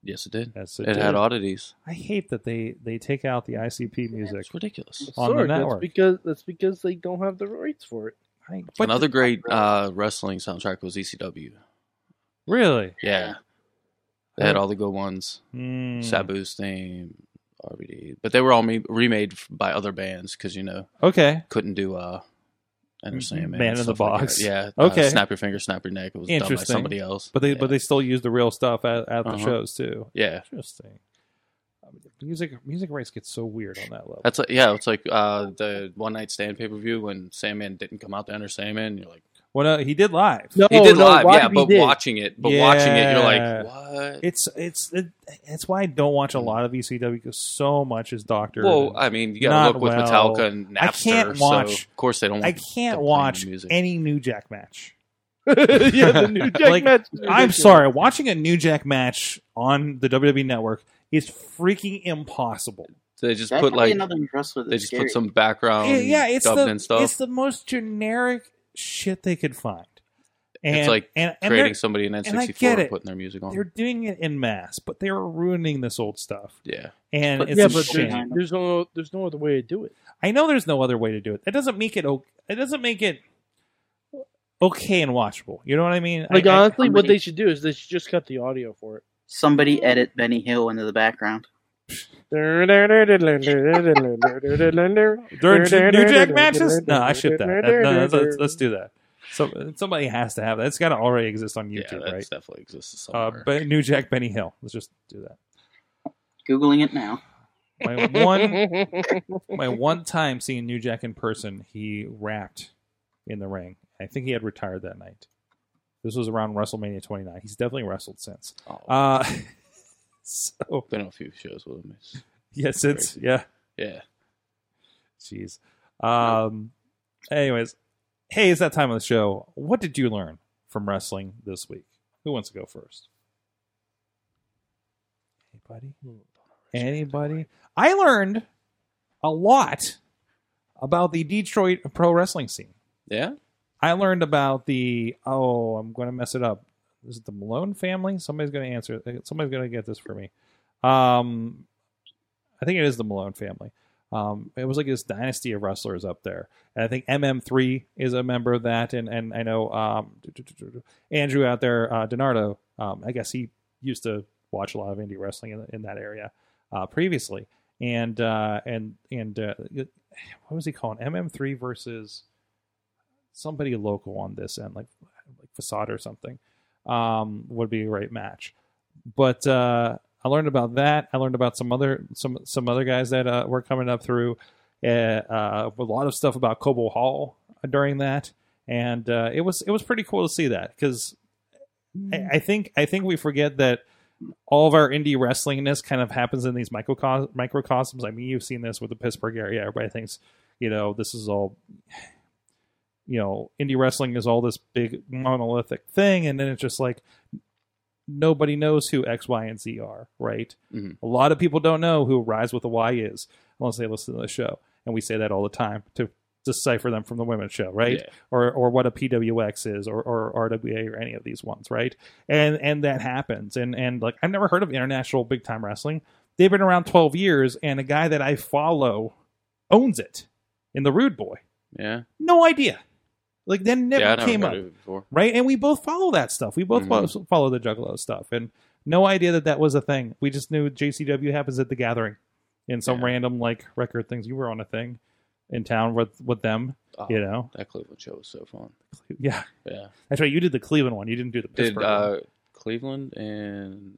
Yes, it did. Yes, It, did. had oddities. I hate that they they take out the ICP music. It's ridiculous. On the network. That's because that's because they don't have the rights for it. I, but Another great uh, wrestling soundtrack was ECW. really, Yeah, they had all the good ones. Hmm. Sabu's theme, RVD, but they were all me- remade f- by other bands because you know Okay, couldn't do uh, Enter Mhm. Sandman, Man and in the stuff like box. that. yeah. Okay. Uh, snap your finger, snap your neck. It was done by Interesting. somebody else. but they yeah. but they still use the real stuff at, at the Uh-huh. shows too. yeah. Interesting. I mean, music music rights get so weird on that level. That's like, yeah, it's like uh, the one night stand pay per view when Sandman didn't come out to enter Sandman. You're like, well, no, he did live. No, he did no, live, why yeah, he but did? watching it, but watching it, you're Yeah. like, what? Mm. It's it's it, it's why I don't watch a lot of E ECW because so much is doctored. Well, and- I mean, you gotta Not look with well. Metallica and Napster. I can't watch- So of course, they don't. I want to can't play watch new music. any New Jack match. *laughs* yeah, *laughs* the new Jack Like, match. I'm sorry, watching a New Jack match on the WWE Network is freaking impossible. They just That's put probably like another wrestler that's they just scary. put some Um, background, It- yeah, it's dubbed the and stuff. it's the most generic shit they could find. And, it's like and, and creating they're, somebody in I get N64 it. and putting their music on. they're doing it in mass, but they're ruining this old stuff, yeah, and But- it's yeah, a but shame. there's, there's no there's no other way to do it. I know there's no other way to do it. That doesn't make it. o- It doesn't make it okay and watchable. You know what I mean? Like I, I- honestly, what somebody- they should do is they should just cut the audio for it. Somebody edit Benny Hill into the background. During New Jack matches? No, I ship that. That- no, let's, let's- let's do that. So somebody has to have that. It's got to already exist on yeah, YouTube, that right? definitely exists Uh, somewhere. but New Jack Benny Hill. Let's just do that. Googling it now. My one, *laughs* my one time seeing New Jack in person, he rapped in the ring. I think he had retired that night. This was around WrestleMania 29. He's definitely wrestled since. oh, Uh, *laughs* so been on a few shows with him. It's- yeah, since Crazy. yeah, Yeah, jeez. Um, anyways, hey, it's that time of the show. What did you learn from wrestling this week? Who wants to go first? Anybody? Anybody? I learned a lot about the Detroit pro wrestling scene. yeah. I learned about the oh, I'm going to mess it up. Is it the Malone family? Somebody's going to answer. Somebody's going to get this for me. Um, I think it is the Malone family. Um, it was like this dynasty of wrestlers up there, and I think MM3 is a member of that. And and I know um, Andrew out there, uh, Donardo. Um, I guess he used to watch a lot of indie wrestling in, in that area uh, previously. And uh, and and uh, what was he calling MM3 versus somebody local on this end, like like Facade or something, um, would be a great match. But uh, I learned about that. I learned about some other some some other guys that uh, were coming up through. Uh, uh, a lot of stuff about Cobo Hall during that, and uh, it was it was pretty cool to see that because I, I think I think we forget that all of our indie wrestlingness kind of happens in these microcos- microcosms. I mean, you've seen this with the Pittsburgh area. Everybody thinks, you know, this is all, you know, indie wrestling is all this big monolithic thing, and then it's just like nobody knows who X, Y, and Z are, right? Mhm. A lot of people don't know who Rise with a Y is unless they listen to the show, and we say that all the time to decipher them from the women's show, right? Yeah. Or or what a PWX is, or or RWA, or any of these ones, right? and and that happens and and like i've never heard of international big time wrestling they've been around 12 years and a guy that i follow owns it in the rude boy Yeah. no idea like then never yeah, I came up heard of it before. right and we both follow that stuff we both Mhm. fo- follow the juggalo stuff and no idea that that was a thing we just knew jcw happens at the gathering in some Yeah. random like record things you were on a thing in town with with them Oh, you know That Cleveland show was so fun. yeah Yeah. that's right you did the cleveland one you didn't do the Did pittsburgh one. uh, Cleveland and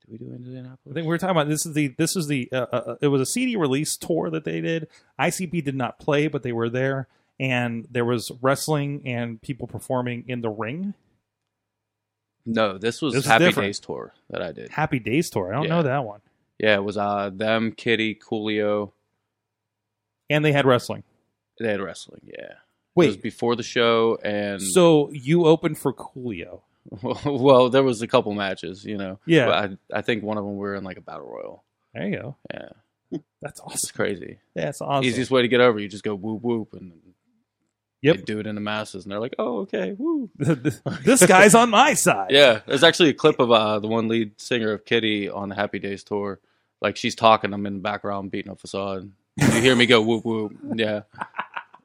did we do Indianapolis? I think we were talking about this is the this is the uh, uh, it was a CD release tour that they did. ICP did not play, but they were there, and there was wrestling and people performing in the ring. No, this was This is Happy different. Days tour that I did. Happy Days tour. I don't Yeah. know that one. Yeah, it was uh them, Kitty, Coolio. And they had wrestling. They had wrestling. Yeah, it was Wait, before the show, and so you opened for Coolio? *laughs* well, there was a couple matches, you know. Yeah. But I, I think one of them we were in like a battle royal. There you go. Yeah, That's it's awesome. crazy. That's awesome. Easiest way to get over, you just go whoop whoop and Yep. they do it in the masses, and they're like, oh okay, woo. *laughs* this guy's on my side. *laughs* Yeah, there's actually a clip of uh, the one lead singer of Kitty on the Happy Days tour. Like she's talking, I'm in the background beating up facade. You hear me go whoop whoop. Yeah,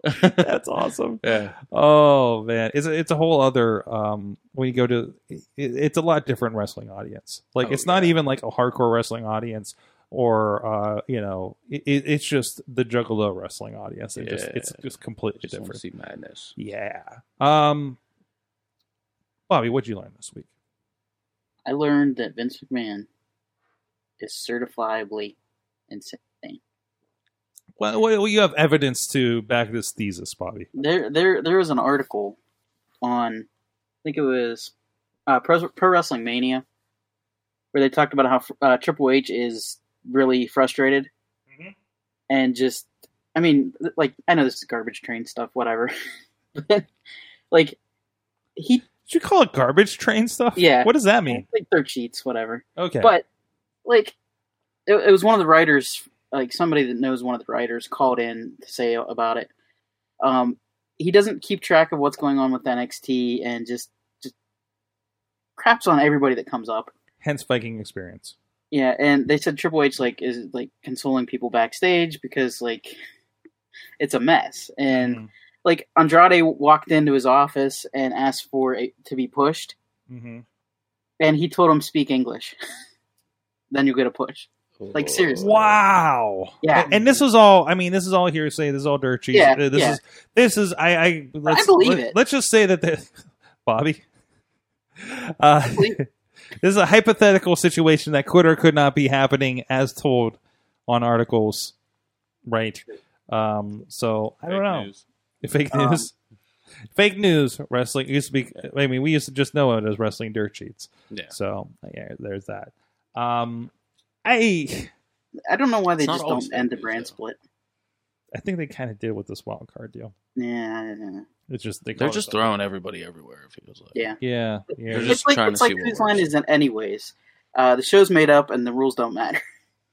*laughs* That's awesome. yeah. Oh man, it's a, it's a whole other um when you go to it, it's a lot different wrestling audience. Like Oh, it's not yeah. even like a hardcore wrestling audience or uh you know it, it- it's just the Juggalo wrestling audience. It just Yeah. it's just completely Just want to different. see madness. Yeah. Um Bobby, what'd you learn this week? I learned that Vince McMahon is certifiably insane. Well, well, you have evidence to back this thesis, Bobby. There, there, there was an article on, I think it was uh, Pro, Pro Wrestling Mania, where they talked about how uh, Triple H is really frustrated and just, I mean, like I know this is garbage train stuff, whatever, *laughs* but like he, Did you call it garbage train stuff? Yeah. What does that mean? like dirt sheets, whatever. Okay. But like, it, it was one of the writers, like somebody that knows one of the writers, called in to say about it. Um, he doesn't keep track of what's going on with NXT and just just craps on everybody that comes up. hence Viking experience. Yeah, and they said Triple H like is like consoling people backstage because like it's a mess and. Mm-hmm. like Andrade walked into his office and asked for a, to be pushed, hmm and he told him speak English. *laughs* then you'll get a push. Like, seriously. Wow. Yeah. And, and this was all. I mean, this is all hearsay. This is all dirt cheap. Yeah, Uh, This yeah. is. This is. I. I, let's, believe let, it. Let's just say that the *laughs* Bobby. Uh, Please. *laughs* this is a hypothetical situation that could or could not be happening, as told on articles, right? Um. So I don't know. Fake Um, news. Fake news. Wrestling it used to be. I mean, we used to just know it as wrestling dirt sheets. Yeah. So yeah, there's that. Um, I. I don't know why they It's not just always don't end the English, brand though. split. I think they kind of did with this wild card deal. Yeah, I don't know. It's just they call They're it just something. throwing everybody everywhere. It feels like. yeah. *laughs* Yeah, yeah. They're It's just like trying it's to like see what whose works. line is it anyways. Uh, the show's made up and the rules don't matter.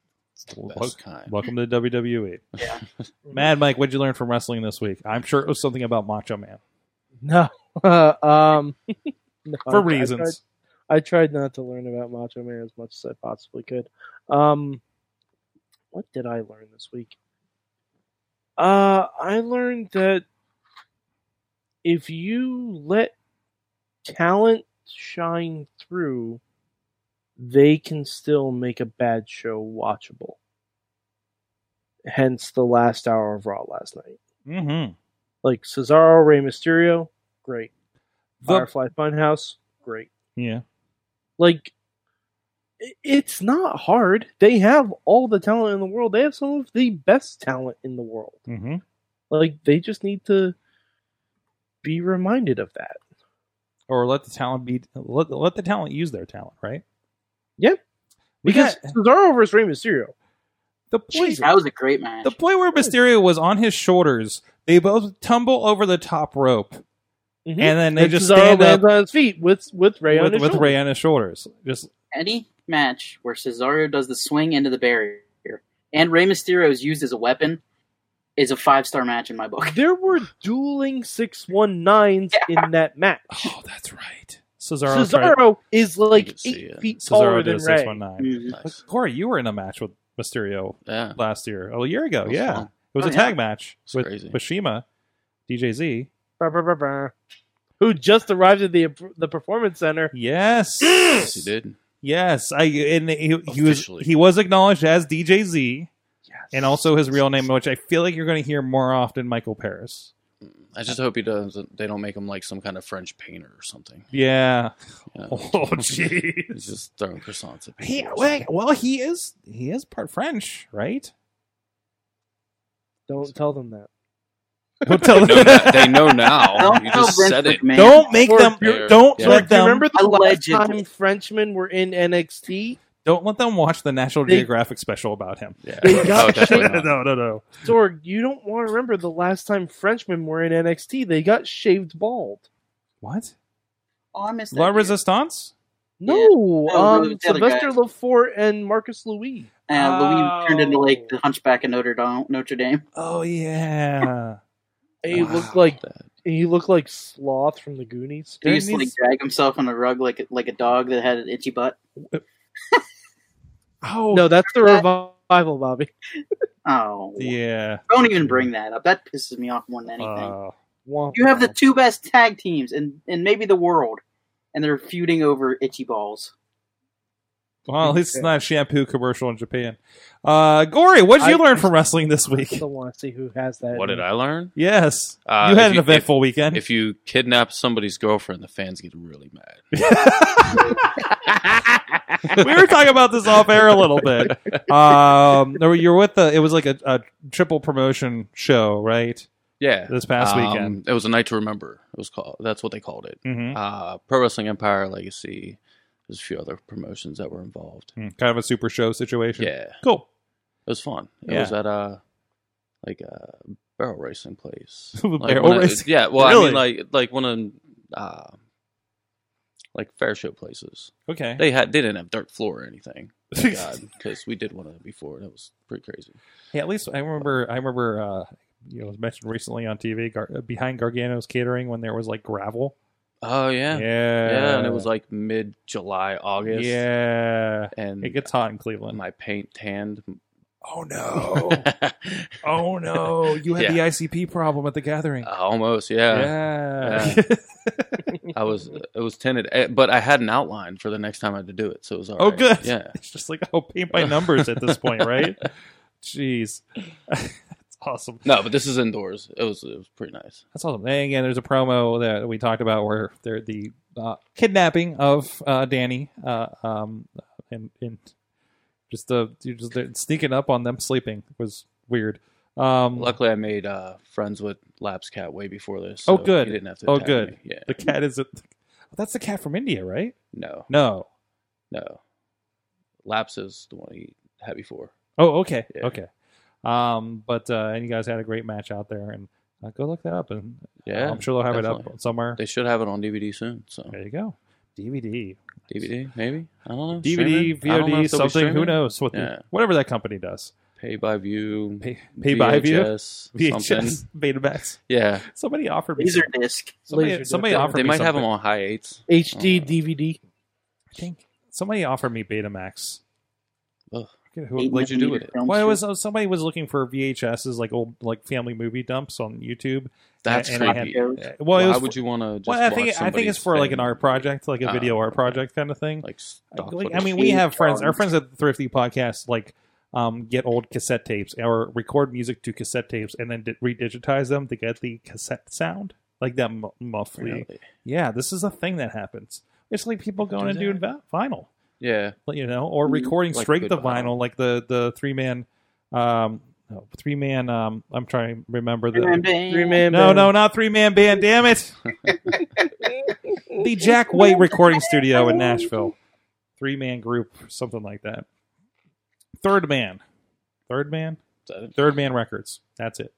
*laughs* Best Wel- kind. Welcome to WWE. Yeah. *laughs* Mad Mike, what'd you learn from wrestling this week? I'm sure it was something about Macho Man. No. um, No, *laughs* I- for I tried- reasons. I tried not to learn about Macho Man as much as I possibly could. Um, what did I learn this week? Uh, I learned that if you let talent shine through, they can still make a bad show watchable. Hence the last hour of Raw last night. Mm-hmm. Like Cesaro, Rey Mysterio, great. The- Firefly Funhouse, great Yeah. like i- it's not hard they have all the talent in the world they have some of the best talent in the world Mm-hmm. like they just need to be reminded of that Or let the talent be let, let the talent use their talent, right? Yeah. We because got Cesaro versus Rey Mysterio the point. That was a great match. The point where Mysterio was on his shoulders, they both tumble over the top rope, and Mhm. then they And just Cesaro stand up lands on his feet with with Rey on with, his with shoulder. Ray on his shoulders. Just Any match where Cesaro does the swing into the barrier and Rey Mysterio is used as a weapon is a five star match in my *laughs* book. There were dueling six one nines in that match. oh, that's right. Cesaro, tried- Cesaro is like can see eight it. feet taller Cesaro did than a Rey. six one nine. Mhm. Nice. Corey, you were in a match with Mysterio Yeah. last year, oh, a year ago. That was yeah, fun. it was Oh, a yeah. tag match It's with crazy. with Shima, *gasps* DJZ. Bah, bah, bah, bah. Who just arrived at the the performance center Yes, Yes, he did. Yes, I and he, he was Officially. he was acknowledged as DJZ yes. and also his real name, which I feel like you're going to hear more often, Michael Paris. I just hope he doesn't. They don't make him like some kind of French painter or something. *laughs* Yeah. Yeah. Oh, jeez. He's just throwing croissants at people. He or wait, well, he is he is part French, *laughs* right? don't tell them that Don't tell something. They know, now- *laughs* *laughs* they know now. You tell just Vince said it. McMahon. Don't make Or them. you're- Don't yeah. let Do you them. remember the last Allegedly. time Frenchmen were in NXT? Don't let them watch the National They- Geographic special about him. Yeah. They *laughs* got Oh, definitely not. no, no, no. *gasps* Sorg, you don't want to remember the last time Frenchmen were in NXT. They got shaved bald. What? Oh, I missed that. La dude. Resistance? No, Yeah. No, um, it was the other Sylvester guy. Lafort and Marcus Louis. Uh, Louis turned into Oh. like the hunchback of Notre Dame. Notre Dame. Oh *laughs* yeah. He Wow. looked like That- he looked like Sloth from the Goonies. He There used to like needs- drag himself on the rug like a- like a dog that had an itchy butt. oh No, that's the revival, Bobby. Oh, yeah. don't even bring that up. That pisses me off more than anything. Uh, Womp you have the womp. two best tag teams in, in maybe the world, and they're feuding over itchy balls. Well, at least it's not a shampoo commercial in Japan. Uh, Gory, what did you I- learn from wrestling this *laughs* I week? still want to see who has that. What did I learn? Yes, Uh, you if had an you- eventful weekend. *laughs* If you kidnap somebody's girlfriend, the fans get really mad. we were talking about this off air a little *laughs* bit. Um, no, you're with the. It was like a, a triple promotion show, right? Yeah. This past Um, weekend. It was a night to remember. It was called. That's what they called it. Mm-hmm. Uh, Pro Wrestling Empire Legacy. There's a few other promotions that were involved. Kind of a super show situation. Yeah, it cool. was fun. It Yeah. was at a like a barrel racing place. *laughs* Barrel Like, one of- racing? yeah. Well, I Really? mean, like like one of them, uh, like fair show places. Okay. They had they didn't have dirt floor *laughs* or anything. Thank God, because we did one of them before. That was pretty crazy. Hey, at least I remember. I remember. Uh, you know, it was mentioned recently on TV Gar- uh, behind Gargano's catering when there was like gravel. Oh yeah, yeah. yeah, and it was like mid July, August. yeah. and It gets hot in Cleveland. my paint tanned. *laughs* Oh no! oh no! You had Yeah. the ICP problem at the gathering. Uh, Almost, yeah. yeah. I was it was tinted, eh, but I had an outline for the next time I had to do it, so it was all oh, right. good. Yeah, *laughs* It's just like oh, paint by numbers at this point, *laughs* right? Jeez, *laughs* that's awesome. no, but this is indoors. It was it was pretty nice. That's awesome. And again, there's a promo that we talked about where there the uh, kidnapping of uh, Danny, uh, um, and and just the you just the, sneaking up on them sleeping was weird. Um, Luckily, I made uh, friends with Laps Cat way before this. Oh, so good. He didn't have to. Oh, attack good. me. Yeah. the cat is a, that's the cat from India, right? No, No. no. Laps is the one he had before. Oh, okay, Yeah. okay. Um, but uh, and you guys had a great match out there, and uh, go look that up, and Yeah, I'm sure they'll have it definitely. up somewhere. They should have it on DVD soon. So There you go. DVD, DVD maybe. I don't know. DVD, Streaming? I don't know VOD, if they'll be something. Who streaming. knows what? the- Yeah. whatever that company does. Pay by view. Pay, pay by *laughs* view. VHS, Something. VHS Betamax. Yeah. Somebody offered me. Laser disc. Somebody, Laserdisc. somebody offered They me might have something. them on high eights. HD Uh, DVD. I think somebody offered me Betamax. Ugh. I forget Who, Eight like, you do with millimeter it? film well, it shoot. was uh, somebody was looking for VHS's like old like family movie dumps on YouTube. That's and I had- creepy. Yeah. Uh, Well, Why it was, would you want to just well, I watch think I think it's somebody's for like an family, art project, like a Ah, video art okay. project kind of thing. Like, Like, stock like, I footage. mean, we have friends. Our Charms. friends at the Thrifty Podcast like um, get old cassette tapes or record music to cassette tapes and then di- redigitize them to get the cassette sound, like that mu- muffly. Really? Yeah, this is a thing that happens. It's like people going Do and doing that. va- vinyl, Yeah. you know, or Mm, recording Hmm. like straight good to vinyl. vinyl, like the the three man, um, no, three man. Um, I'm trying to remember the Three Remember- man. no, band. no, not three man band. Damn it! the Jack White recording studio in Nashville, three man group, something like that. Third man, third man, third man records. That's it.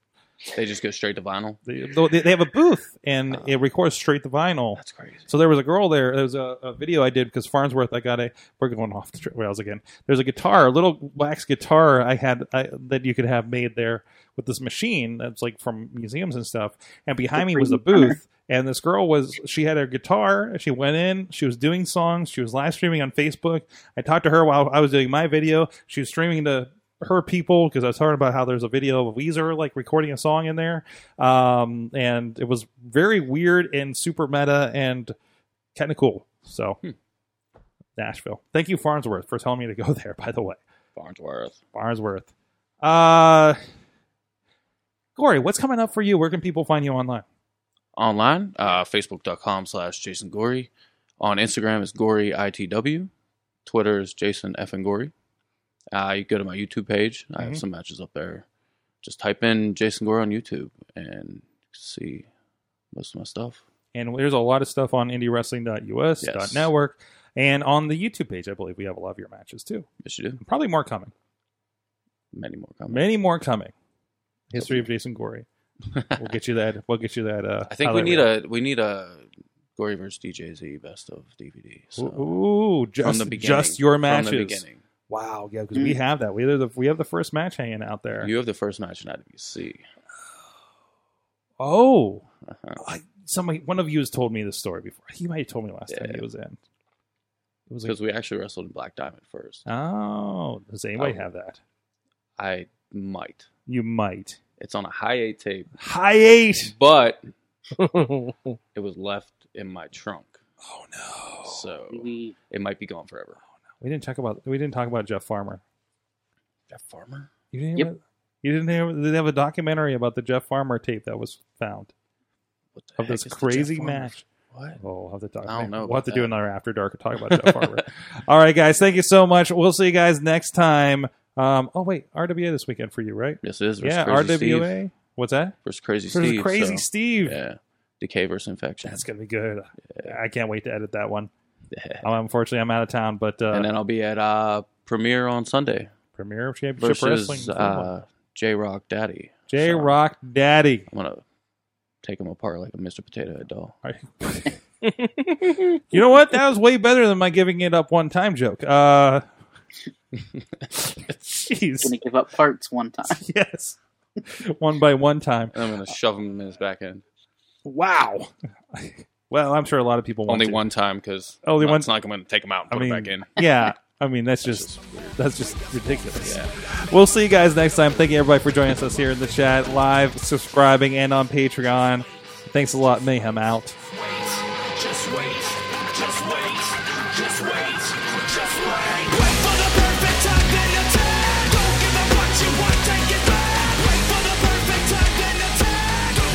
They just go straight to vinyl. They, they they have a booth and it records straight to vinyl. That's crazy. So there was a girl there. There was a, a video I did because Farnsworth. I got a. We're going off the tra- rails again. There's a guitar, a little wax guitar I had I, that you could have made there with this machine that's like from museums and stuff. And behind me was a booth, and this girl was. She had her guitar. and She went in. She was doing songs. She was live streaming on Facebook. I talked to her while I was doing my video. She was streaming to her people because I was talking about how there's a video of Weezer like recording a song in there um, and it was very weird and super meta and kind of cool. So, Hmm. Nashville. Thank you, Farnsworth, for telling me to go *laughs* there. By the way, Farnsworth. Farnsworth. Uh, Gory, what's coming up for you? Where can people find you online? Online, uh, facebook.com slash Jason Gory. On Instagram is Gory ITW. Twitter is Jason F and Gory. Uh, you go to my YouTube page. I Mhm. have some matches up there. Just type in Jason Gory on YouTube and see most of my stuff. And there's a lot of stuff on indiewrestling.us Yes. network and on the YouTube page. I believe we have a lot of your matches too. Yes, you do. And probably more coming. Many more comments. Many more coming. History of Jason Gory. *laughs* We'll get you that. We'll get you that. Uh, I think we highlight need reel. a we need a Gory vs. DJZ best of DVD. So Ooh, just from the beginning, just your matches. From the beginning. Hmm. Wow, yeah, because we have that. We have the we have the first match hanging out there. You have the first match in IWC. *laughs* oh, Uh-huh. I, somebody, one of you has told me this story before. He might have told me last time Yeah. he was in. It was like, Because we actually wrestled in Black Diamond first. oh, does anybody Oh. have that? I might. You might. It's on a high eight tape, High eight. but *laughs* no. it was left in my trunk, Oh no, so We- it might be gone forever. we didn't talk about we didn't talk about Jeff Farmer. That farmer. You didn't. Yep. Have, you didn't have, they didn't have a documentary about the Jeff Farmer tape that was found What the of heck this is the Jeff crazy Farmer? match. What? Oh, we'll have to talk. I don't know We'll have about to do that. another after dark and talk *laughs* about Jeff Farmer. All right, guys. Thank you so much. We'll see you guys next time. Um, oh wait, RWA this weekend for you, right? Yes, it is. Versus yeah, crazy RWA. Steve What's that? versus Crazy Versus Steve. Crazy so- Steve. Yeah. Decay versus infection. That's gonna be good. I can't wait to edit that one. Um, unfortunately, I'm out of town, but uh, and then I'll be at uh, premiere on Sunday Premier of Championship versus Wrestling. uh, J Rock Daddy. J Rock Daddy. *laughs* I'm gonna take him apart like a Mr. Potato Head *laughs* doll. You know what? That was way better than my giving it up one time joke. *laughs* Uh, jeez. gonna give up parts one time. *laughs* Yes. one by one time. And I'm gonna shove him in his back end. Wow. well, I'm sure a lot of people want Only to. one time because Only one- It's not going to take him out I and put mean, him back *laughs* in. yeah. I mean, that's just that's just ridiculous. Yeah. We'll see you guys next time. Thank you everybody for joining us here in the chat, live, subscribing, and on Patreon. Thanks a lot, Mayhem. Out. Just wait, just wait, just wait, just wait. Wait for the perfect time, then attack. Don't give up what you want, take it back. Wait for the perfect time, then attack. Don't